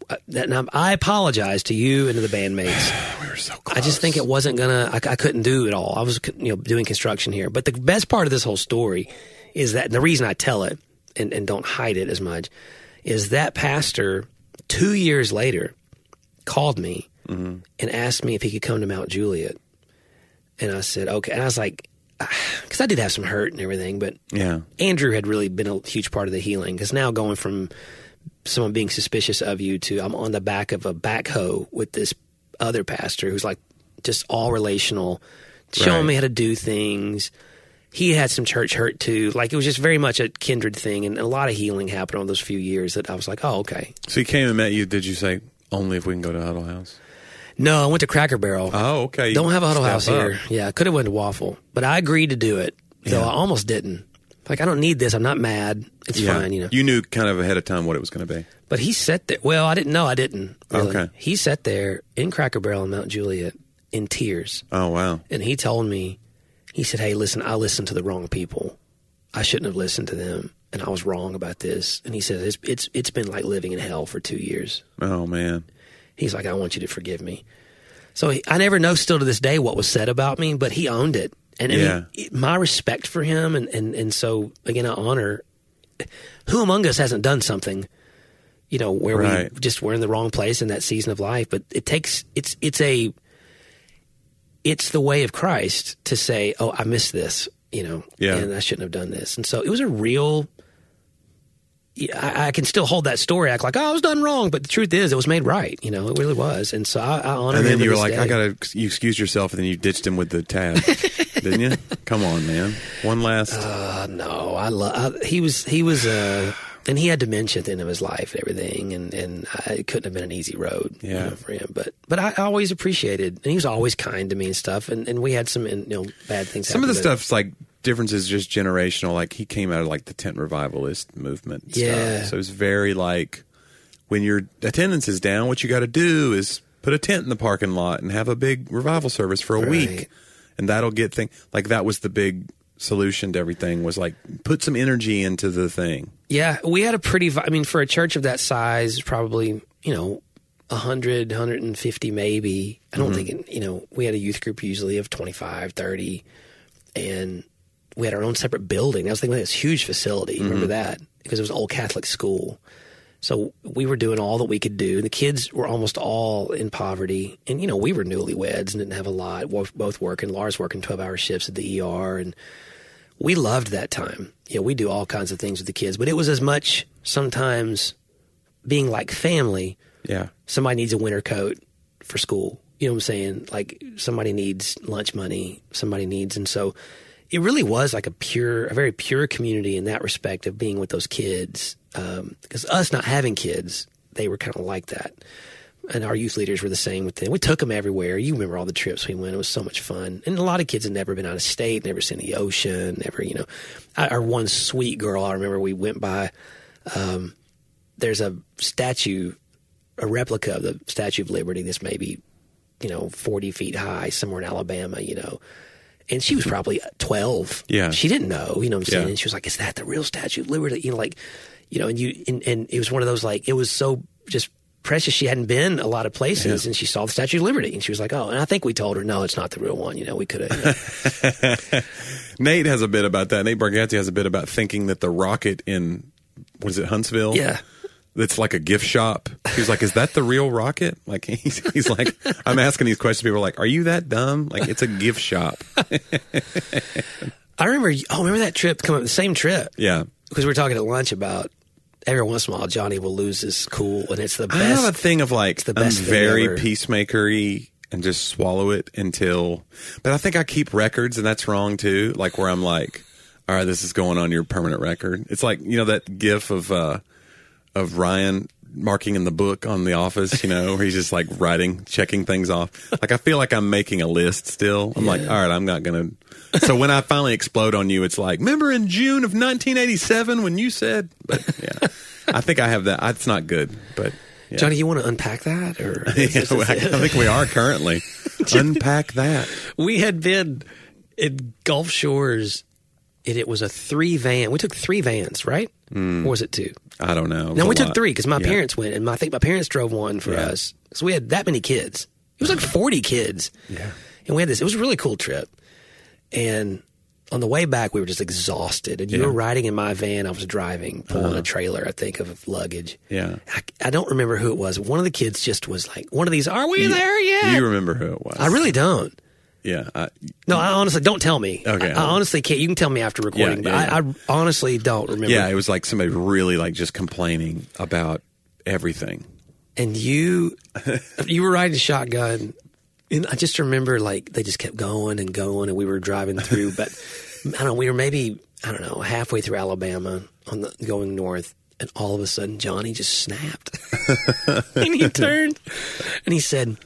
Uh, that, and I'm, I apologize to you and to the bandmates.
We were so close.
I just think it wasn't gonna. I, I couldn't do it all. I was you know doing construction here. But the best part of this whole story is that and the reason I tell it and, and don't hide it as much is that pastor two years later called me
Mm-hmm.
and asked me if he could come to Mount Juliet, and I said okay. And I was like, because I did have some hurt and everything, but
Yeah.
Andrew had really been a huge part of the healing because now going from someone being suspicious of you to I'm on the back of a backhoe with this other pastor who's like just all relational, showing
Right.
me how to do things. He had some church hurt too. Like it was just very much a kindred thing, and a lot of healing happened on those few years that I was like, oh, okay.
So he came and met you. Did you say only if we can go to Huddle House?
No, I went to Cracker Barrel.
Oh, okay. You
Don't have a huddle
step
house
up.
here. Yeah, I could have went to Waffle, but I agreed to do it, though I almost didn't. Like, I don't need this. I'm not mad. It's
Yeah.
fine, you know.
knew kind of ahead of time what it was going to be.
But he sat there. Well, I didn't know. I didn't. really.
Okay.
He sat there in Cracker Barrel in Mount Juliet in tears,
Oh wow.
and he told me, he said, "Hey, listen, I listened to the wrong people. I shouldn't have listened to them, and I was wrong about this." And he said, "It's it's it's been like living in hell for two years."
Oh man.
He's like, "I want you to forgive me." So he, I never know still to this day what was said about me, but he owned it, and I mean,
Yeah.
it- my respect for him, and and and so again, I honor who among us hasn't done something, you know, where
Right.
we just were in the wrong place in that season of life? But it takes it's it's a it's the way of Christ to say, "Oh, I missed this," you know,
Yeah.
and I shouldn't have done this. And so it was a real. yeah, I, I can still hold that story, act like, "Oh, I was done wrong," but the truth is, it was made right. You know, it really was. And so I, I honor.
And
him
then
to
you were
this
like,
day.
I gotta. You excused yourself, and then you ditched him with the tab, didn't you? Come on, man. One last.
Uh, No, I love. He was he was uh, and he had dementia at the end of his life and everything, and and I, it couldn't have been an easy road, you
Yeah.
know, for him. But but I always appreciated, and he was always kind to me and stuff. And and we had some you know bad things.
Some of the
happen, but-
stuff's like differences, just generational. Like he came out of like the tent revivalist movement. and
Yeah.
Stuff. So it's very like when your attendance is down, what you got to do is put a tent in the parking lot and have a big revival service for a
Right.
week, and that'll get thing. Like that was the big solution to everything was like put some energy into the thing.
Yeah, we had a pretty. vi- I mean, for a church of that size, probably you know, 100, 150 maybe. I don't think it- you know. We had a youth group usually of 25, 30, and we had our own separate building. I was thinking, this huge facility. Remember that because it was an old Catholic school. So we were doing all that we could do. The kids were almost all in poverty, and you know we were newlyweds and didn't have a lot. Wo- Both working, Lars working twelve-hour shifts at the ER, and we loved that time. You know, we do all kinds of things with the kids, but it was as much sometimes being like family.
Yeah.
Somebody needs a winter coat for school. You know what I'm saying? Like somebody needs lunch money. Somebody needs, and so it really was like a pure, a very pure community in that respect of being with those kids. Um, because us not having kids, they were kind of like that. And our youth leaders were the same with them. We took them everywhere. You remember all the trips we went. It was so much fun. And a lot of kids had never been out of state, never seen the ocean, never, you know. I, our one sweet girl, I remember we went by there's a statue, a replica of the Statue of Liberty that's maybe, you know, 40 feet high somewhere in Alabama, you know. And she was probably 12.
Yeah.
She didn't know, you know what I'm saying?
Yeah.
And she was like, is that the real Statue of Liberty? You know, like, you know, and you, and, and it was one of those, like, it was so just precious. She hadn't been a lot of places and she saw the Statue of Liberty and she was like, oh, and I think we told her, no, it's not the real one. You know, we could have,
Nate has a bit about that. Nate Bargatze has a bit about thinking that the rocket in what is it Huntsville?
Yeah.
That's like a gift shop. He was like, "Is that the real rocket?" Like he's, he's like, "I'm asking these questions." People are like, "Are you that dumb?" Like it's a gift shop.
I remember, oh, remember that trip coming, the same trip.
Yeah,
because we were talking at lunch about every once in a while Johnny will lose his cool, and it's the
I have a
best.
thing of like
the
I'm
best thing
very
ever.
peacemakery and just swallow it until. But I think I keep records, and that's wrong too. Like where I'm like, "All right, this is going on your permanent record." It's like you know that GIF of. uh of Ryan marking in the book on the office, you know, where he's just like writing, checking things off. Like I feel like I'm making a list still. I'm like, all right, I'm not gonna So when I finally explode on you, it's like, remember in June of nineteen eighty seven when you said but yeah. I think I have that. That's not good, but yeah.
Johnny, you want to unpack that, or
Yeah, I, think we are currently. Unpack that.
we had been in Gulf Shores, and it was a three van. We took three vans, right? Or was it two?
I don't know. It was
No,
a
we took
lot.
three because my
Yeah.
parents went, and my, I think my parents drove one for
Yeah.
us. So we had that many kids. It was like forty kids. Yeah, and we had this. It was a really cool trip. And on the way back, we were just exhausted. And you were riding in my van. I was driving, pulling a trailer, I think, of luggage.
Uh-huh. Yeah.
I, I don't remember who it was. One of the kids just was like, "One of these, are we there yet?"
You remember who it was.
I really don't.
Yeah. I,
No, I honestly don't tell me.
Okay.
I, I honestly can't. You can tell me after recording,
Yeah, yeah,
but I, I honestly don't remember.
yeah, it was like somebody really like just complaining about everything.
and you you were riding shotgun and i just remember like they just kept going and going and we were driving through but i don't know we were maybe i don't know halfway through alabama on the going north and all of a sudden johnny just snapped and he turned and he said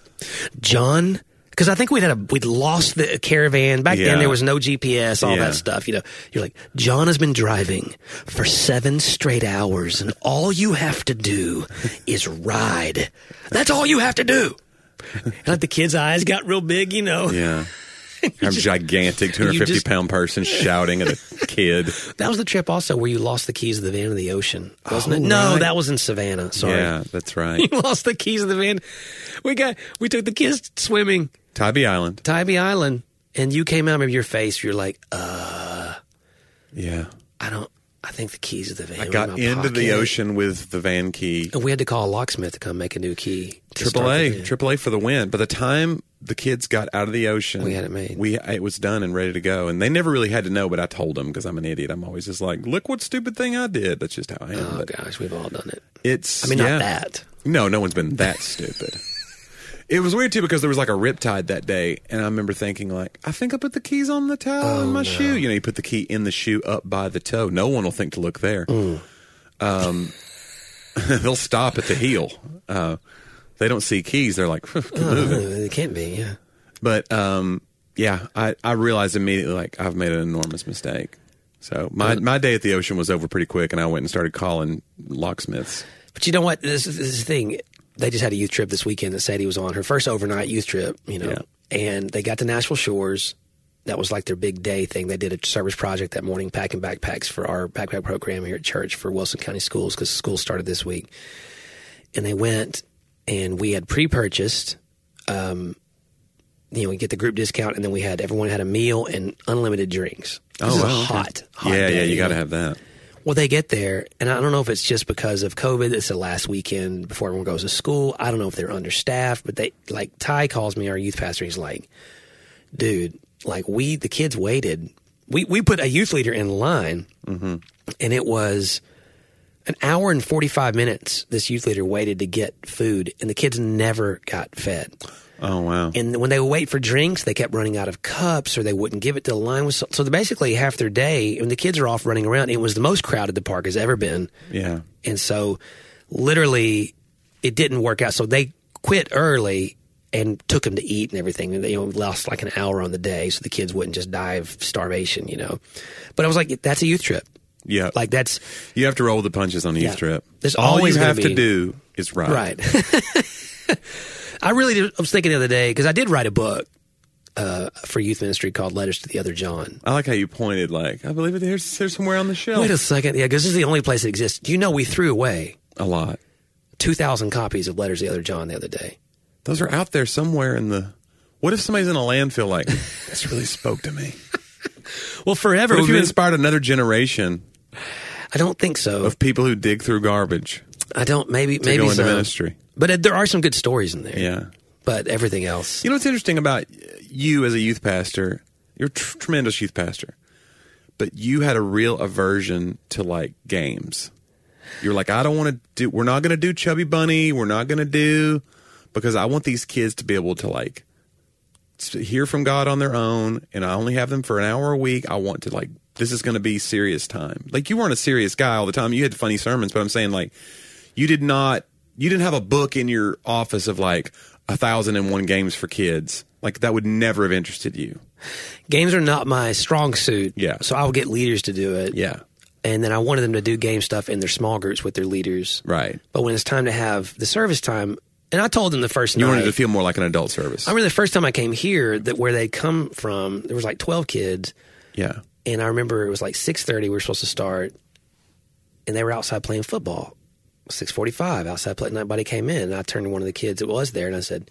john because I think we'd had a we'd lost the caravan back
Yeah.
then. There was no GPS, all
Yeah.
that stuff. You know, you're like John has been driving for seven straight hours, and all you have to do is ride. That's all you have to do. And like the kid's eyes got real big, you know.
Yeah. A gigantic 250
just-
pound person shouting at a kid.
That was the trip also where you lost the keys of the van in the ocean, wasn't it? No,
Oh, right.
that was in Savannah. Sorry.
Yeah, that's right.
We lost the keys of the van. We got we took the kids swimming,
Tybee Island.
Tybee Island, and you came out of your face. You're like, uh,
Yeah.
I don't, I think the keys of the van.
I
were in
got
my
into the
pocket.
ocean with the van key.
And we had to call a locksmith to come make a new key. to
Triple
start the
A,
van.
Triple A for the win. By the time the kids got out of the ocean,
We had it made.
We it was done and ready to go, and they never really had to know. But I told them because I'm an idiot. I'm always just like, look what stupid thing I did. That's just how I am.
Oh
But
gosh, we've all done it.
It's
I mean,
yeah.
not that.
No, no one's been that stupid. It was weird too because there was like a riptide that day, and I remember thinking like, I think I put the keys on the towel
Oh,
in my shoe. You know, you put the key in the shoe up by the toe. No one will think to look there. Um, they'll stop at the heel. Uh, they don't see keys. They're like, keep moving.
Uh, It can't be. Yeah.
But um, yeah, I, I realized immediately like I've made an enormous mistake. So my my day at the ocean was over pretty quick, and I went and started calling locksmiths.
But you know what? This, this is the thing. They just had a youth trip this weekend that Sadie was on, her first overnight youth trip, you know. And they got to Nashville Shores. That was like their big day thing. They did a service project that morning, packing backpacks for our backpack program here at church for Wilson County Schools because school started this week. And they went, and we had pre purchased. Um, you know, we get the group discount, and then we had everyone had a meal and unlimited drinks. This is a
Oh, wow, okay.
hot, hot
yeah,
day,
yeah, you
know?
got to have that.
Well, they get there, and I don't know if it's just because of COVID. It's the last weekend before everyone goes to school. I don't know if they're understaffed, but they like Ty calls me, our youth pastor. He's like, "Dude, like we the kids waited. We we put a youth leader in line, and it was." An hour and 45 minutes this youth leader waited to get food, and the kids never got fed.
Oh wow,
And when they would wait for drinks, they kept running out of cups or they wouldn't give it to the line. was- So they basically half their day, and the kids are off running around. It was the most crowded the park has ever been.
yeah.
And so literally it didn't work out. So they quit early and took them to eat and everything. And they you know, lost like an hour on the day so the kids wouldn't just die of starvation, you know. But I was like, that's a youth trip.
Yeah,
Like that's
you have to roll with the punches on a youth
Yeah.
trip.
There's
all
always
you
gonna
have
be-
to do is ride.
Right. I really did, I was thinking the other day because I did write a book uh, for youth ministry called Letters to the Other John.
I like how you pointed. Like I believe it. There's there's somewhere on the shelf.
Wait a second. Yeah, because this is the only place it exists. You know, we threw away
a lot.
2,000 copies of Letters to the Other John the other day.
Those are out there somewhere in the. What if somebody's in a landfill? Like this really spoke to me.
Well, forever.
What if
we've
you
been-
inspired another generation
I don't think so.
of people who dig through garbage?
I don't. Maybe maybe
go into
some.
ministry.
But uh, there are some good stories in there.
Yeah.
But everything else,
You know what's interesting about you as a youth pastor? You're a tr- tremendous youth pastor, but you had a real aversion to like games. You're like, I don't want to do. We're not going to do Chubby Bunny. We're not going to do because I want these kids to be able to like s- hear from God on their own, and I only have them for an hour a week. I want to like this is going to be serious time. Like you weren't a serious guy all the time. You had funny sermons, but I'm saying like you did not you didn't have a book in your office of like a thousand and one games for kids. Like that would never have interested you.
games are not my strong suit.
Yeah.
So I will get leaders to do it. And then I wanted them to do game stuff in their small groups with their leaders.
right.
But when it's time to have the service time, and I told them the first
You
night.
wanted to feel more like an adult service.
I remember the first time I came here that where they come from, there was like 12 kids.
yeah.
and I remember it was like six thirty. We were supposed to start, and they were outside playing football. Six forty-five outside playing. Nobody came in, and I turned to one of the kids that was there, and I said,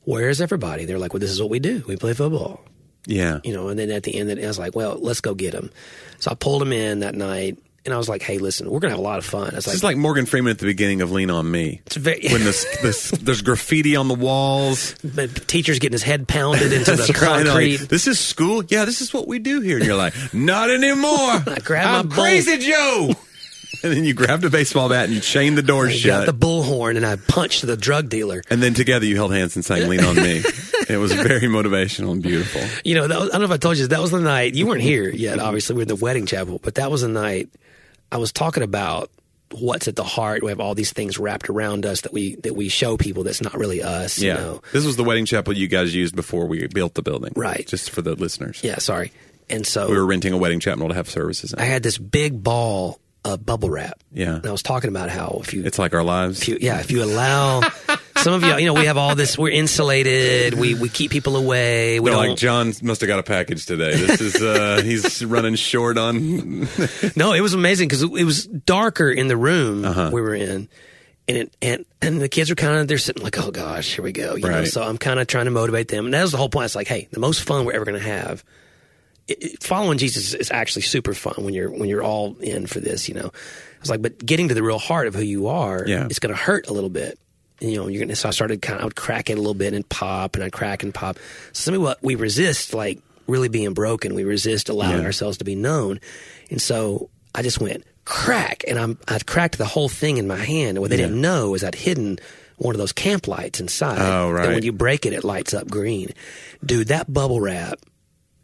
"Where is everybody?" They're like, "Well, this is what we do. We play football."
Yeah.
you know. And then at the end, I was like, "Well, let's go get him." So I pulled him in that night, and I was like, "Hey, listen, we're gonna have a lot of fun." I was
It's
like,
just like Morgan Freeman at the beginning of Lean on Me.
it's very,
When this, this, there's graffiti on the walls.
the teacher's getting his head pounded into the
That's right.
concrete.
Like, this is school. Yeah, this is what we do here. And you're like, not anymore. I
grabbed my
am
bowl.
crazy Joe. and then you grabbed a baseball bat and you chained the door
I
shut.
got the bullhorn, and I punched the drug dealer.
And then together you held hands and sang "Lean on Me." it was very motivational and beautiful.
You know, that was, I don't know if I told you, that was the night you weren't here yet. Obviously, we were in the wedding chapel, but that was the night I was talking about what's at the heart. We have all these things wrapped around us that we that we show people that's not really us. You know?
this was the wedding chapel you guys used before we built the building,
Right.
Just for the listeners,
Yeah. Sorry. And so
we were renting a wedding chapel to have services. In.
I had this big ball of bubble wrap.
Yeah.
And I was talking about how if you
It's like our lives.
if you- yeah, if you allow some of y'all, you know, we have all this. We're insulated. We we keep people away. We
They're
don't,
like John must have got a package today. This is uh, he's running short on.
No, it was amazing because it, it was darker in the room we were in, and it, and and the kids were kind of they're sitting like, oh gosh, here we go, you know.
Right.
So I'm kind of trying to motivate them, and that was the whole point. It's like, hey, the most fun we're ever going to have it, it- following Jesus is actually super fun when you're when you're all in for this. You know, I was like, but getting to the real heart of who you are,
Yeah.
it's going to hurt a little bit. And, you know, you're gonna. So I started kind of, I would crack it a little bit and pop, and I'd crack and pop. So some of what we resist, like really being broken, we resist allowing
Yeah.
ourselves to be known. And so I just went crack, and I'm I cracked the whole thing in my hand. And what they didn't know is I'd hidden one of those camp lights inside.
Oh,
That when
right.
you break it, it lights up green. Dude, that bubble wrap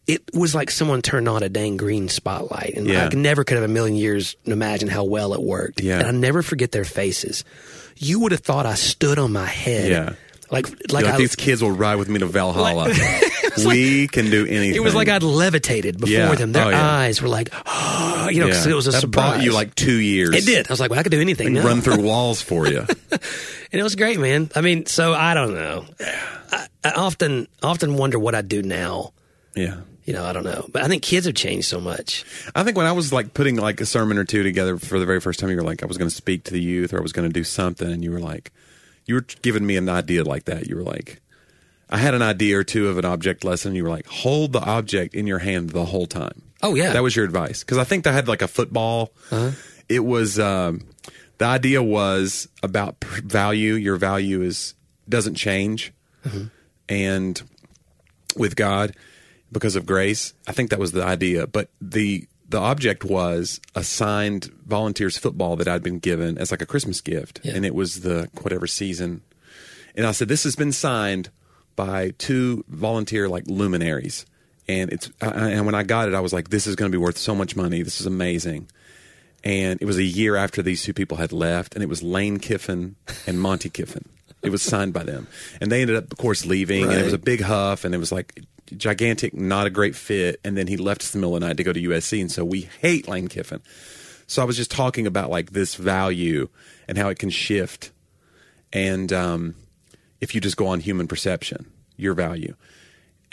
it was like someone turned on a dang green spotlight, and
Yeah.
I never could have a million years imagine how well it worked.
Yeah.
And I never forget their faces. You would have thought I stood on my head.
Yeah.
like
You're
like,
like,
I,
these kids will ride with me to Valhalla. we can do anything.
it was like I'd levitated before
Yeah.
them. Their
Oh, yeah.
eyes were like, oh, you know, 'cause it was a
that
surprise.
bought you like two years.
it did. I was like, well, I could do anything. now.
Run through walls for you.
and it was great, man. I mean, so I don't know. I, I often often wonder what I do now.
Yeah.
You know, I don't know, but I think kids have changed so much.
I think when I was like putting like a sermon or two together for the very first time, you were like, I was going to speak to the youth or I was going to do something. And you were like, you were giving me an idea like that. You were like, I had an idea or two of an object lesson. You were like, hold the object in your hand the whole time.
Oh, yeah. Uh-huh.
That was your advice. Cause I think I had like a football. It was, um, the idea was about pr- value. Your value is, doesn't change.
Mm-hmm.
And with God because of grace. I think that was the idea, but the the object was a signed volunteers football that I'd been given as like a Christmas gift,
Yeah.
and it was the whatever season. And I said, "This has been signed by two volunteer like luminaries." And it's I, I- and when I got it, I was like, "This is going to be worth so much money. This is amazing." And it was a year after these two people had left, and it was Lane Kiffin and Monty Kiffin. It was signed by them, and they ended up, of course, leaving. And it was a
Right.
big huff, and it was like gigantic, not a great fit. And then he left us in the middle of the night to go to USC, and so we hate Lane Kiffin. So I was just talking about like this value and how it can shift, and um, if you just go on human perception, your value.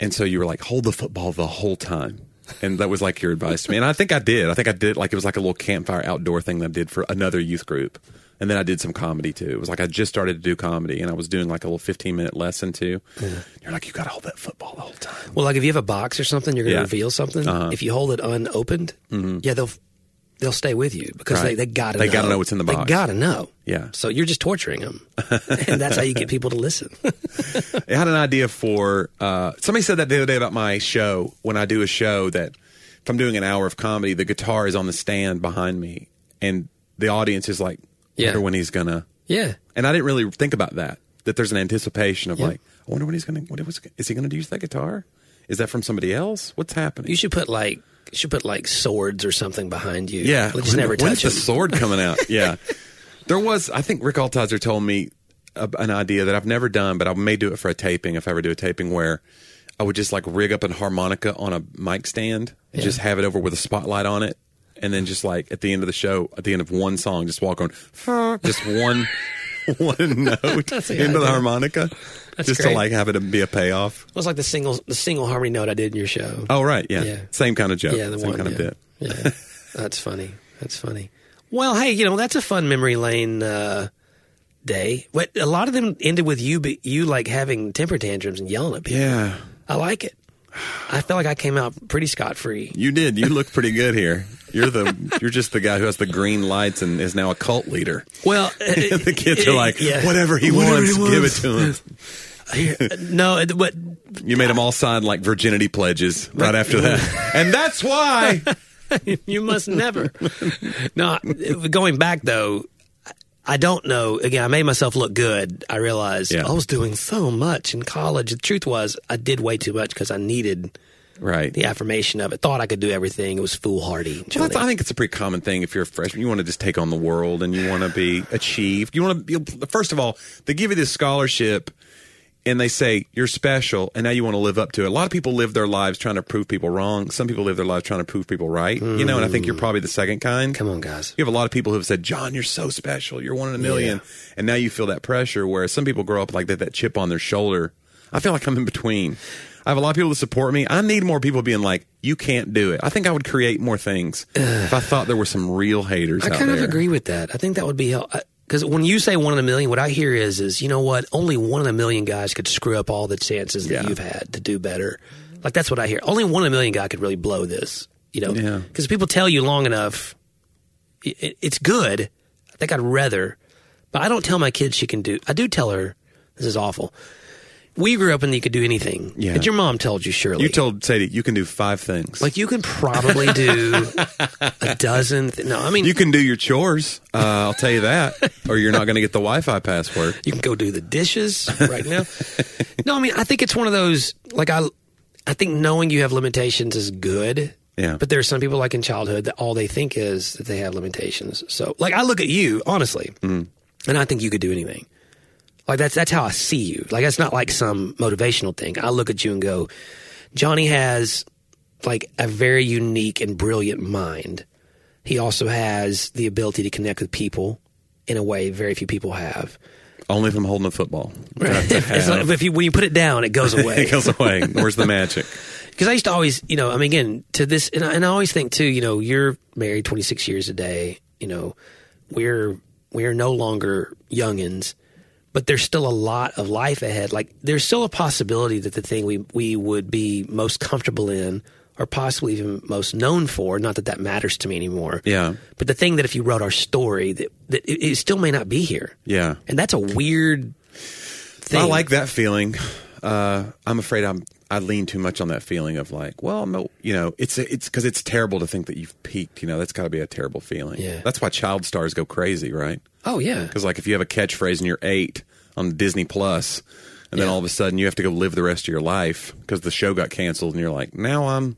And so you were like, hold the football the whole time. And that was like your advice to me. And I think I did. I think I did like it was like a little campfire outdoor thing that I did for another youth group. And then I did some comedy too. It was like I just started to do comedy and I was doing like a little 15 minute lesson too. You're like, you got to hold that football the whole time.
Well, like if you have a box or something, you're going to
Yeah. Uh-huh. Mm-hmm.
reveal something. If you hold it unopened, yeah, they'll they'll stay with you because
Right.
they, they got to
They
know.
gotta know what's in the
They
box.
got to know.
Yeah.
So you're just torturing them, and that's how you get people to listen.
I had an idea for uh, somebody said that the other day about my show. When I do a show, that if I'm doing an hour of comedy, the guitar is on the stand behind me, and the audience is like,
Yeah.
wonder when he's gonna.
yeah.
And I didn't really think about that. That there's an anticipation of like, I wonder what he's gonna. What was, is he gonna use that guitar? Is that from somebody else? What's happening?
You should put like you should put like swords or something behind you.
Yeah,
Like, just never
when's
touch
the
them.
sword coming out. Yeah, there was. I think Rick Altizer told me a, an idea that I've never done, but I may do it for a taping if I ever do a taping where I would just like rig up an harmonica on a mic stand and just have it over with a spotlight on it, and then just like at the end of the show, at the end of one song, just walk on just one. One note
That's a good
into the
idea.
harmonica,
That's
just
great.
to like have it be a payoff.
It was like the single the single harmony note I did in your show.
Oh right, yeah,
Yeah.
same kind of joke,
yeah, the
same
one
kind
yeah.
of bit.
Yeah. that's funny. That's funny. Well, hey, you know that's a fun memory lane uh, day. But a lot of them ended with you, be, you like having temper tantrums and yelling at people.
Yeah,
I like it. I feel like I came out pretty scot free.
You did. You look pretty good here. You're the you're just the guy who has the green lights and is now a cult leader.
Well,
the kids are like,
yeah.
whatever he
Whatever
wants,
he
give it
wants."
to him.
Here- no, it- but
You made them all sign like virginity pledges right after that, and that's why.
you must never. no, going back though, I don't know. Again, I made myself look good. I realized
Yeah.
I was doing so much in college. The truth was, I did way too much because I needed
Right.
the affirmation of it. Thought I could do everything. It was foolhardy.
Well,
Johnny.
that's, I think it's a pretty common thing if you're a freshman. You want to just take on the world and you want to be achieved. You want to be, first of all, they give you this scholarship and they say you're special and now you want to live up to it. A lot of people live their lives trying to prove people wrong. Some people live their lives trying to prove people right. You know, and I think you're probably the second kind.
Come on, guys.
You have a lot of people who have said, John, you're so special. You're one in a million. And now you feel that pressure, whereas some people grow up like that, that chip on their shoulder. I feel like I'm in between. I have a lot of people that support me. I need more people being like, you can't do it. I think I would create more things if I thought there were some real haters
I
out
kind of
there.
agree with that. I think that would be because when you say one in a million, what I hear is is you know what? Only one in a million guys could screw up all the chances that
Yeah.
you've had to do better. Like that's what I hear. Only one in a million guy could really blow this, you know?
Yeah.
Because if people tell you long enough, i i- it's good. I think I'd rather, but I don't tell my kids she can do. I do tell her this is awful. We grew up and you could do anything.
Yeah.
But your mom told you surely.
You told Sadie you can do five things.
like you can probably do a dozen. Th- no, I mean
you can do your chores. Uh, I'll tell you that, or you're not going to get the Wi-Fi password.
You can go do the dishes right now. no, I mean, I think it's one of those like I I think knowing you have limitations is good.
Yeah.
But there are some people like in childhood that all they think is that they have limitations. So like I look at you, honestly, and I think you could do anything. Like that's that's how I see you. Like that's not like some motivational thing. I look at you and go, Johnny has like a very unique and brilliant mind. He also has the ability to connect with people in a way very few people have.
Only if I'm holding a football.
It's like, if you, when you put it down, it goes
It
away.
goes away. Where's the magic?
Because I used to always, you know, I mean, again, to this, and I, and I always think too, you know, you're married 26 years a day. You know, we're we're no longer youngins, but there's still a lot of life ahead. Like there's still a possibility that the thing we we would be most comfortable in, or possibly even most known for, not that that matters to me anymore.
Yeah.
But the thing that if you wrote our story, that, that it, it still may not be here.
Yeah.
And that's a weird. Thing.
I like that feeling. Uh, I'm afraid I'm I lean too much on that feeling of like, well, I'm no- you know, it's it's because it's terrible to think that you've peaked. You know, that's got to be a terrible feeling.
Yeah.
That's why child stars go crazy, right?
Oh yeah.
Because like if you have a catchphrase and you're eight on Disney Plus, and then
Yeah.
all of a sudden you have to go live the rest of your life because the show got canceled, and you're like, now I'm,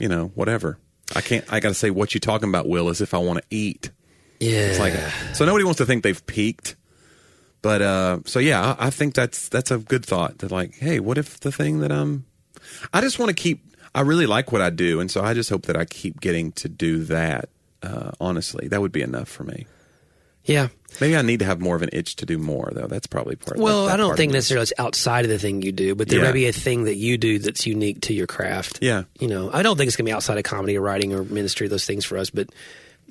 you know, whatever. I can't. I got to say, what you talking about, Willis? If I want to eat,
Yeah.
it's like so nobody wants to think they've peaked. But uh, so yeah, I, I think that's that's a good thought. That like, hey, what if the thing that I'm, I just want to keep. I really like what I do, and so I just hope that I keep getting to do that. Uh, honestly, that would be enough for me.
yeah.
Maybe I need to have more of an itch to do more, though. That's probably part.
Well,
that- that
I don't
part
think
of it.
necessarily it's outside of the thing you do, but there
Yeah.
may be a thing that you do that's unique to your craft.
Yeah.
You know, I don't think it's going to be outside of comedy or writing or ministry, those things for us, but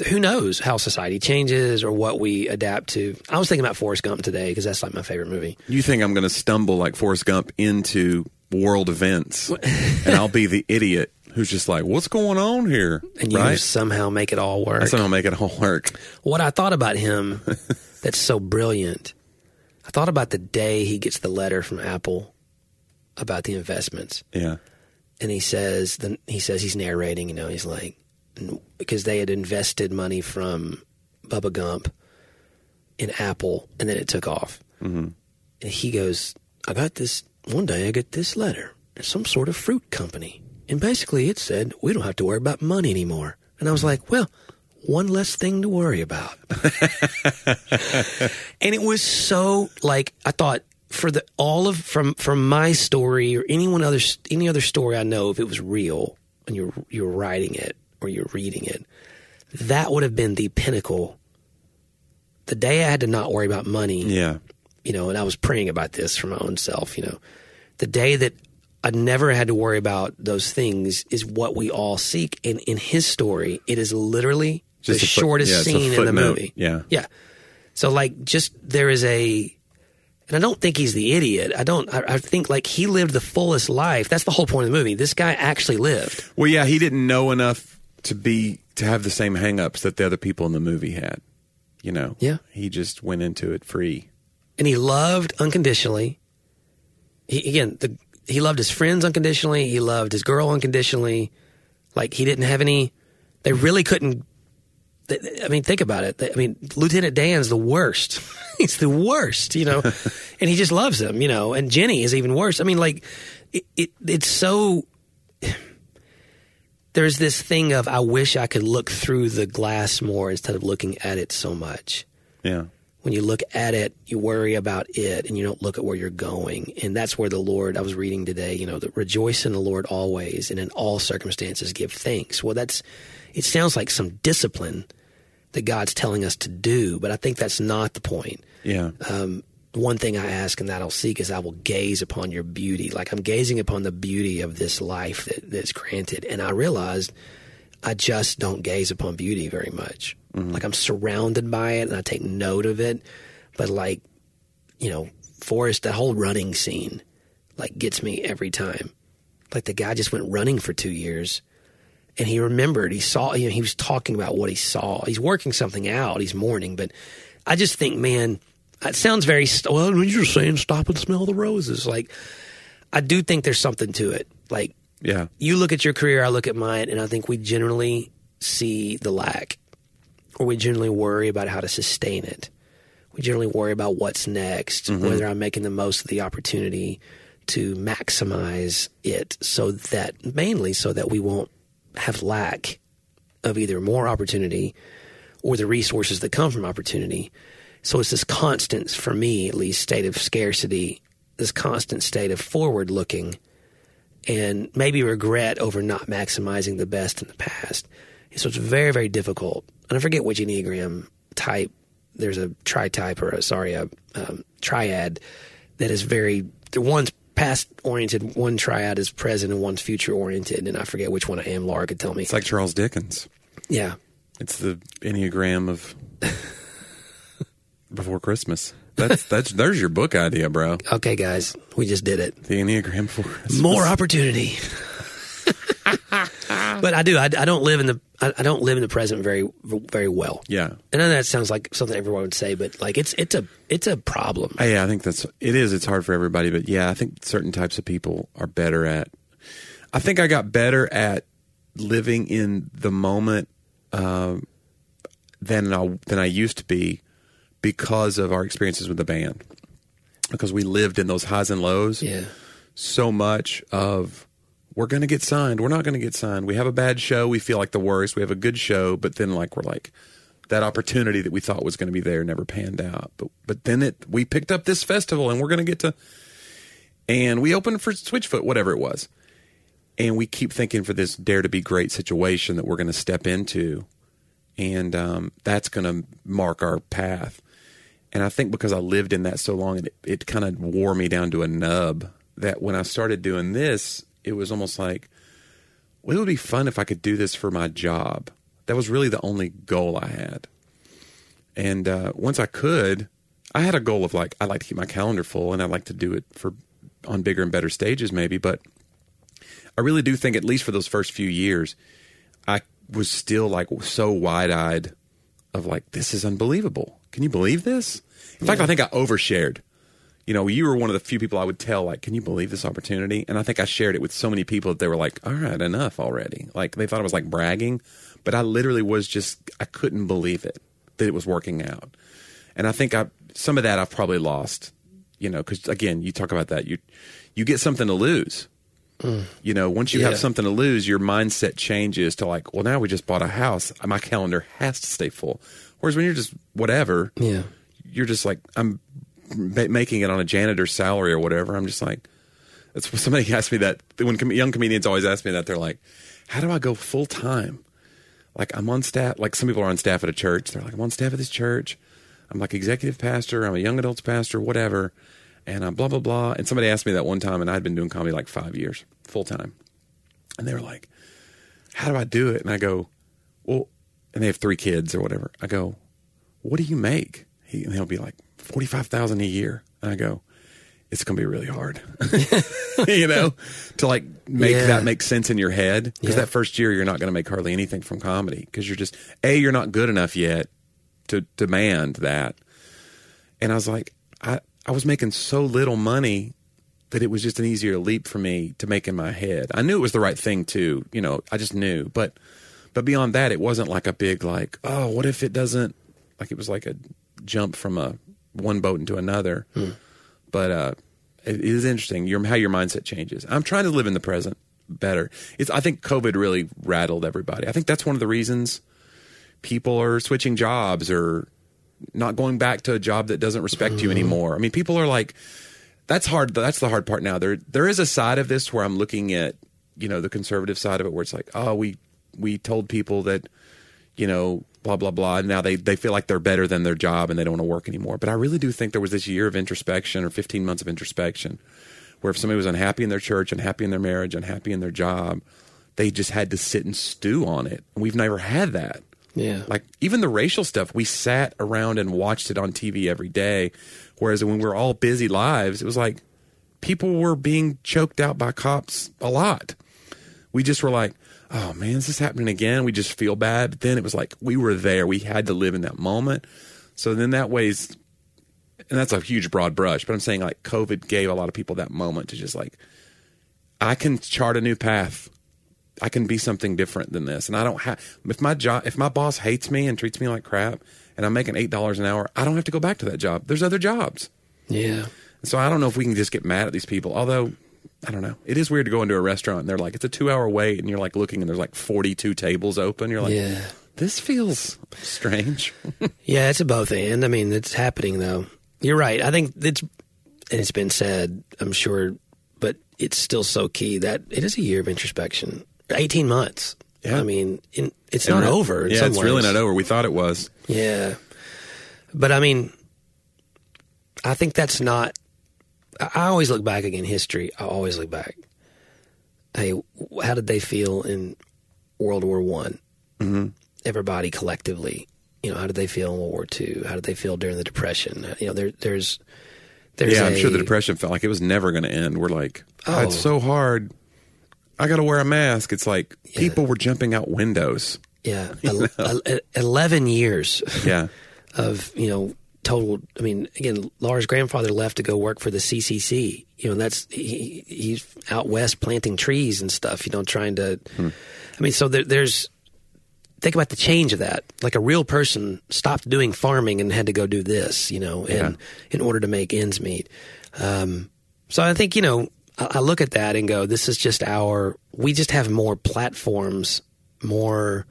who knows how society changes or what we adapt to. I was thinking about Forrest Gump today because that's like my favorite movie.
You think I'm going to stumble like Forrest Gump into world events, and I'll be the idiot who's just like, "What's going on here?"
And you
right?
somehow make it all work.
That's how I'll make it all work.
what I thought about him that's so brilliant. I thought about the day he gets the letter from Apple about the investments.
Yeah.
and he says then he says he's narrating you know he's like n- because they had invested money from Bubba Gump in Apple and then it took off and he goes I got this one day I get this letter it's some sort of fruit company and basically it said we don't have to worry about money anymore and I was like well one less thing to worry about and it was so like I thought for the all of from from my story or anyone other any other story I know if it was real and you're you're writing it or you're reading it that would have been the pinnacle the day I had to not worry about money
Yeah.
you know and I was praying about this for my own self you know the day that I never had to worry about those things is what we all seek and in his story it is literally
Just
the
a foot-
shortest
yeah, it's a
scene in the
footnote.
movie
Yeah.
yeah. So like, just there is a, and I don't think he's the idiot. I don't. I, I think like he lived the fullest life. That's the whole point of the movie. This guy actually lived.
Well, yeah, he didn't know enough to be to have the same hangups that the other people in the movie had. You know.
Yeah.
He just went into it free.
and he loved unconditionally. He, again, the, he loved his friends unconditionally. He loved his girl unconditionally. Like he didn't have any. They really couldn't. th- th- I mean, think about it. They- I mean, Lieutenant Dan's the worst. He's the worst, you know, and he just loves him, you know. And Jenny is even worse. I mean, like it, it it's so. There's this thing of I wish I could look through the glass more instead of looking at it so much
Yeah.
when you look at it, you worry about it and you don't look at where you're going. And that's where the Lord, I was reading today, you know, that rejoice in the Lord always and in all circumstances give thanks. Well, that's, it sounds like some discipline that God's telling us to do, but I think that's not the point.
Yeah.
Um, one thing I ask and that I'll seek is I will gaze upon your beauty. Like I'm gazing upon the beauty of this life that, that's granted. And I realized I just don't gaze upon beauty very much. Like I'm surrounded by it and I take note of it. But like, you know, Forrest, that whole running scene like gets me every time. like the guy just went running for two years and he remembered he saw you know, he was talking about what he saw he's working something out he's mourning but i just think man it sounds very st- well when you're saying stop and smell the roses like i do think there's something to it like
Yeah.
you look at your career i look at mine and i think we generally see the lack or we generally worry about how to sustain it we generally worry about what's next whether i'm making the most of the opportunity to maximize it so that mainly so that we won't have lack of either more opportunity or the resources that come from opportunity. So it's this constant, for me at least, state of scarcity, this constant state of forward looking and maybe regret over not maximizing the best in the past. And so it's very, very difficult. And I forget which Enneagram type, there's a tri type or a, sorry, a um, triad that is very, the one's past oriented, one triad is present, and one's future oriented. And I forget which one I am. Laura could tell me.
It's like Charles Dickens.
yeah.
It's the Enneagram of Before Christmas. That's that's there's your book idea, bro.
Okay, guys, we just did it.
The Enneagram before Christmas.
more opportunity. but I do. I, I don't live in the. I, I don't live in the present very very well.
Yeah.
And I know that sounds like something everyone would say, but like it's it's a it's a problem.
Uh, Yeah, I think that's it is. It's hard for everybody, but yeah, I think certain types of people are better at. I think I got better at living in the moment um, than I, than I used to be because of our experiences with the band, because we lived in those highs and lows
yeah.
so much of we're going to get signed, we're not going to get signed. We have a bad show, we feel like the worst. We have a good show, but then like we're like that opportunity that we thought was going to be there never panned out. But but then it we picked up this festival and we're going to get to and we opened for Switchfoot whatever it was. And we keep thinking for this dare to be great situation that we're going to step into and um, that's going to mark our path. And I think because I lived in that so long, it, it kind of wore me down to a nub. That when I started doing this, it was almost like, well, it would be fun if I could do this for my job. That was really the only goal I had. And uh, once I could, I had a goal of like I like to keep my calendar full, and I like to do it for on bigger and better stages, maybe. But I really do think, at least for those first few years, I was still like so wide eyed of like, this is unbelievable. Can you believe this? In fact, I think I overshared. You know, you were one of the few people I would tell, like, can you believe this opportunity? And I think I shared it with so many people that they were like, all right, enough already. Like, they thought I was like bragging, but I literally was just, I couldn't believe it that it was working out. And I think I, some of that I've probably lost, you know, because again, you talk about that. You, you get something to lose. You know, once you
Yeah.
have something to lose, your mindset changes to like, well, now we just bought a house. My calendar has to stay full. Whereas when you're just whatever,
Yeah.
you're just like, I'm ma- making it on a janitor's salary or whatever. I'm just like, that's what somebody asked me that when com- young comedians always ask me that. They're like, how do I go full time? Like I'm on staff. Like some people are on staff at a church. They're like, I'm on staff at this church. I'm like executive pastor. I'm a young adults pastor, whatever. And I'm blah blah blah. And somebody asked me that one time, and I'd been doing comedy like five years full time. And they were like, How do I do it? And I go, Well, and they have three kids or whatever. I go, What do you make? He, and he'll be like, 45000 a year. And I go, It's going to be really hard, you know, to like make
Yeah.
that make sense in your head. Because
Yeah.
that first year, you're not going to make hardly anything from comedy because you're just, A, you're not good enough yet to demand that. And I was like, I, I was making so little money that it was just an easier leap for me to make in my head. I knew it was the right thing to, you know, I just knew. But but beyond that, it wasn't like a big like, oh, what if it doesn't like it was like a jump from a one boat into another. But uh it is interesting your how your mindset changes. I'm trying to live in the present better. It's I think COVID really rattled everybody. I think that's one of the reasons people are switching jobs or not going back to a job that doesn't respect you anymore. I mean, people are like, that's hard. That's the hard part now. There, there is a side of this where I'm looking at, you know, the conservative side of it, where it's like, oh, we we told people that, you know, blah blah blah. And now they they feel like they're better than their job and they don't want to work anymore. But I really do think there was this year of introspection or 15 months of introspection, where if somebody was unhappy in their church, unhappy in their marriage, unhappy in their job, they just had to sit and stew on it. And we've never had that
Yeah.
like even the racial stuff we sat around and watched it on tv every day whereas when we were all busy lives it was like people were being choked out by cops a lot. We just were like, oh man, is this happening again? We just feel bad. But then it was like we were there. We had to live in that moment. So then that ways, and that's a huge broad brush, but I'm saying like COVID gave a lot of people that moment to just like, I can chart a new path. I can be something different than this. And I don't have if my job if my boss hates me and treats me like crap and I'm making eight dollars an hour, I don't have to go back to that job. There's other jobs.
Yeah.
And so I don't know if we can just get mad at these people. Although I don't know. It is weird to go into a restaurant and they're like, it's a two hour wait and you're like looking and there's like forty two tables open. You're like
Yeah.
this feels strange.
Yeah, it's a both and. I mean, it's happening though. You're right. I think it's and it's been said, I'm sure, but it's still so key that it is a year of introspection. 18 months.
Yeah.
I mean, in, it's not over. in
Yeah,
some
it's really
ways.
not over. We thought it was.
Yeah. But I mean, I think that's not. I I always look back again, history. I always look back. Hey, w- how did they feel in World War One? Mm-hmm. Everybody collectively, you know, how did they feel in World War Two? How did they feel during the Depression? You know, there, there's, there's.
yeah, i I'm sure the
a-
depression felt like it was never going to end. We're like, oh,
Oh.
it's so hard. I got to wear a mask. It's like people were jumping out windows.
Yeah, el- el- eleven years.
Yeah.
of you know total. I mean, again, Laura's grandfather left to go work for the CCC. You know, and that's he, he's out west planting trees and stuff. You know, trying to. I mean, so there, there's think about the change of that. Like a real person stopped doing farming and had to go do this. You know, and in order to make ends meet. Um, so I think you know I, I look at that and go, this is just our. We just have more platforms, more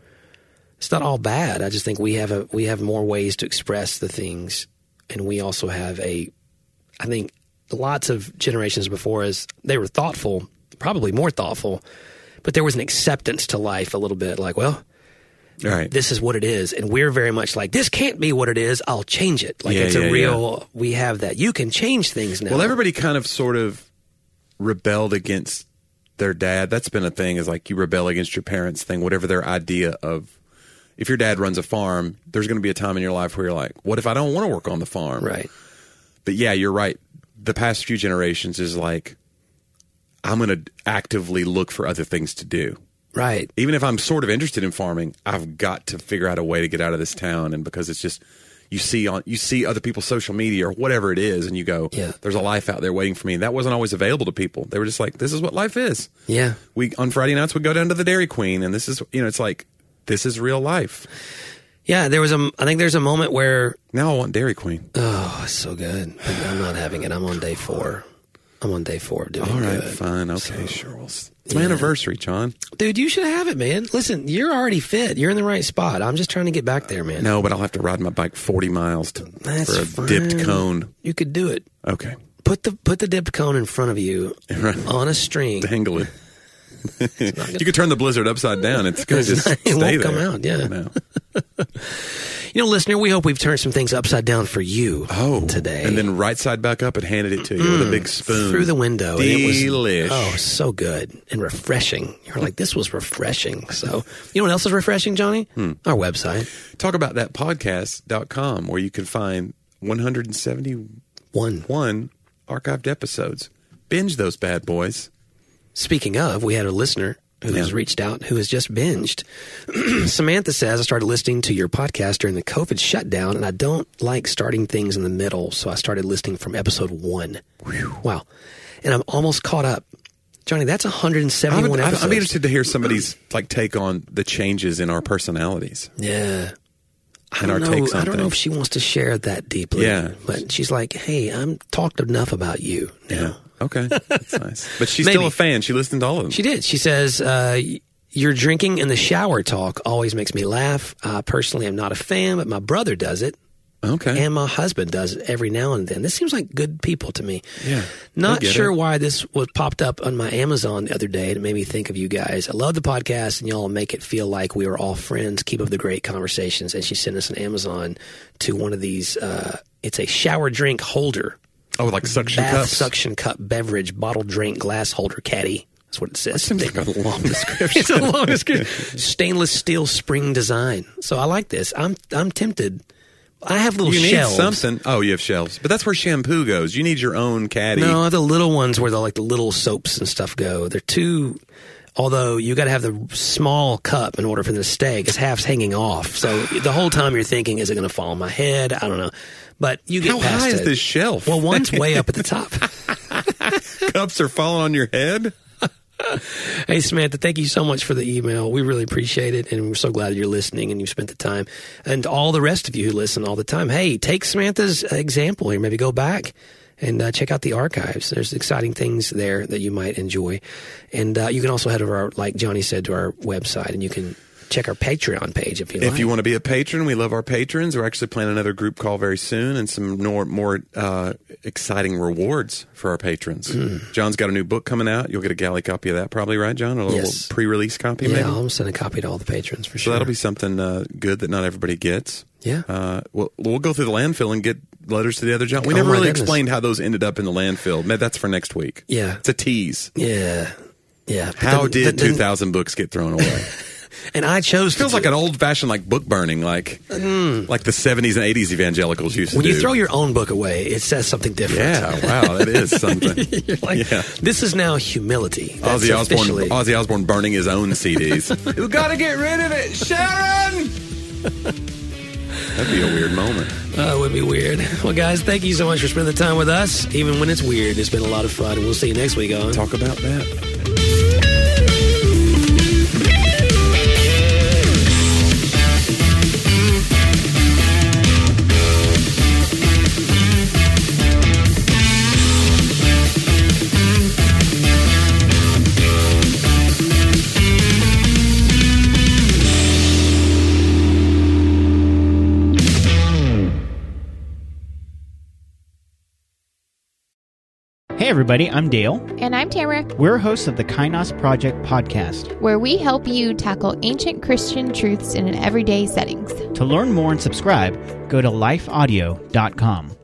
it's not all bad. I just think we have a we have more ways to express the things, and we also have a. I think lots of generations before us they were thoughtful, probably more thoughtful, but there was an acceptance to life a little bit. Like, well,
All right.
this is what it is, and we're very much like this can't be what it is. I'll change it. Like
Yeah,
it's
yeah,
a real. We have that. You can change things now.
Well, everybody kind of sort of rebelled against their dad. That's been a thing is like you rebel against your parents thing, whatever their idea of if your dad runs a farm, there's going to be a time in your life where you're like, what if I don't want to work on the farm?
right.
But yeah, you're right. The past few generations is like I'm going to actively look for other things to do.
Right.
even if I'm sort of interested in farming, I've got to figure out a way to get out of this town. And because it's just you see on you see other people's social media or whatever it is, and you go,
Yeah.
"There's a life out there waiting for me." And that wasn't always available to people. They were just like, "This is what life is."
Yeah.
We on Friday nights we go down to the Dairy Queen, and this is you know it's like this is real life.
Yeah. There was a. I think there's a moment where
Now I want Dairy Queen.
Oh, it's so good. I'm not having it. I'm on day four. I'm on day four. of Doing
All right,
good.
fine, okay, sure. We'll, s- it's my anniversary, John.
dude. You should have it, man. Listen, you're already fit. You're in the right spot. I'm just trying to get back there, man.
No, but I'll have to ride my bike 40 miles to,
That's
for a dipped
fine.
cone.
you could do it.
Okay,
Put the put the dipped cone in front of you
right.
on a string.
dangle it. you could turn the blizzard upside down. It's going to just
not- it
stay
won't
there.
come out, yeah.
No.
You know, listener, we hope we've turned some things upside down for you.
Oh,
today Mm.
and then right side back up and handed it to you with a big spoon
through the window. and it was-
Delish.
oh, so good and refreshing. You're like, this was refreshing. So, you know what else is refreshing, Johnny?
Hmm.
Our website,
Talk about that podcast.com where you can find 171
one.
archived episodes. Binge those bad boys.
Speaking of, we had a listener who has
Yeah.
reached out who has just binged. Samantha says, I started listening to your podcast during the COVID shutdown, and I don't like starting things in the middle, so I started listening from episode one. Wow. And I'm almost caught up. Johnny, that's
I
171
would- I-
episodes.
I'm interested to hear somebody's like take on the changes in our personalities.
yeah. I
And our
don't, know,
takes on
I don't know
things.
if she wants to share that deeply.
Yeah.
But she's like, hey, I'm talked enough about you now.
Okay, that's nice. But she's
Maybe.
still a fan. She listened to all of them.
She did. She says, uh, y- Your drinking in the shower talk always makes me laugh. I personally am not a fan, but my brother does it.
okay,
And my husband does it every now and then. This seems like good people to me.
Yeah, I
Not
get
sure
it.
why this was popped up on my Amazon the other day. and It made me think of you guys. I love the podcast, and y'all make it feel like we are all friends. Keep up the great conversations. And she sent us an Amazon to one of these. Uh, it's a shower drink holder,
oh, like suction
bath
cups.
suction cup beverage bottle drink glass holder caddy. That's what it says.
Seems like a long description.
it's a long description. Stainless steel spring design. So I like this. I'm I'm tempted. I have little
You need
shelves.
something. Oh, you have shelves, but that's where shampoo goes. You need your own caddy.
No, I have the little ones where the like the little soaps and stuff go. They're too. Although you got to have the small cup in order for the steak, it's half's hanging off. So the whole time you're thinking, is it going to fall on my head? I don't know. But you get
How
past
high is
it.
this shelf?
Well, one's way up at the top.
Cups are falling on your head.
hey, Samantha, thank you so much for the email. We really appreciate it, and we're so glad you're listening and you spent the time. And to all the rest of you who listen all the time, hey, take Samantha's example here. Maybe go back and uh, check out the archives. There's exciting things there that you might enjoy, and uh, you can also head over, our, like Johnny said, to our website, and you can check our Patreon page if you like.
If you want to be a patron, we love our patrons. We're actually planning another group call very soon and some more, more uh, exciting rewards for our patrons. John's got a new book coming out. You'll get a galley copy of that, probably, right, John? A little
Yes.
pre release copy,
yeah,
maybe?
I'll send a copy to all the patrons for
So
sure.
that'll be something uh, good that not everybody gets.
Yeah.
Uh, we'll, we'll go through the landfill and get letters to the other John. We
Oh,
never
my
really
goodness.
explained how those ended up in the landfill. Man, that's for next week.
Yeah.
It's a tease.
yeah, yeah. But
How
then-
did
then-
2,000 books get thrown away?
And I chose
feels
to
like
do-
an old fashioned like book burning, like like the seventies and eighties evangelicals used to
when
do.
you throw your own book away, it says something different.
yeah, wow, that is something.
You're like,
Yeah.
this is now humility. That's
Ozzy Osbourne,
officially.
Ozzy Osbourne burning his own CDs. you gotta get rid of it, Sharon. That'd be a weird moment.
Oh, it would be weird. Well, guys, thank you so much for spending the time with us. Even when it's weird, it's been a lot of fun. We'll see you next week on
Talk about that.
Hey, everybody, I'm Dale.
And I'm Tamara,
We're hosts of the Kynos Project podcast.
where we help you tackle ancient Christian truths in an everyday settings.
To learn more and subscribe, go to lifeaudio.com.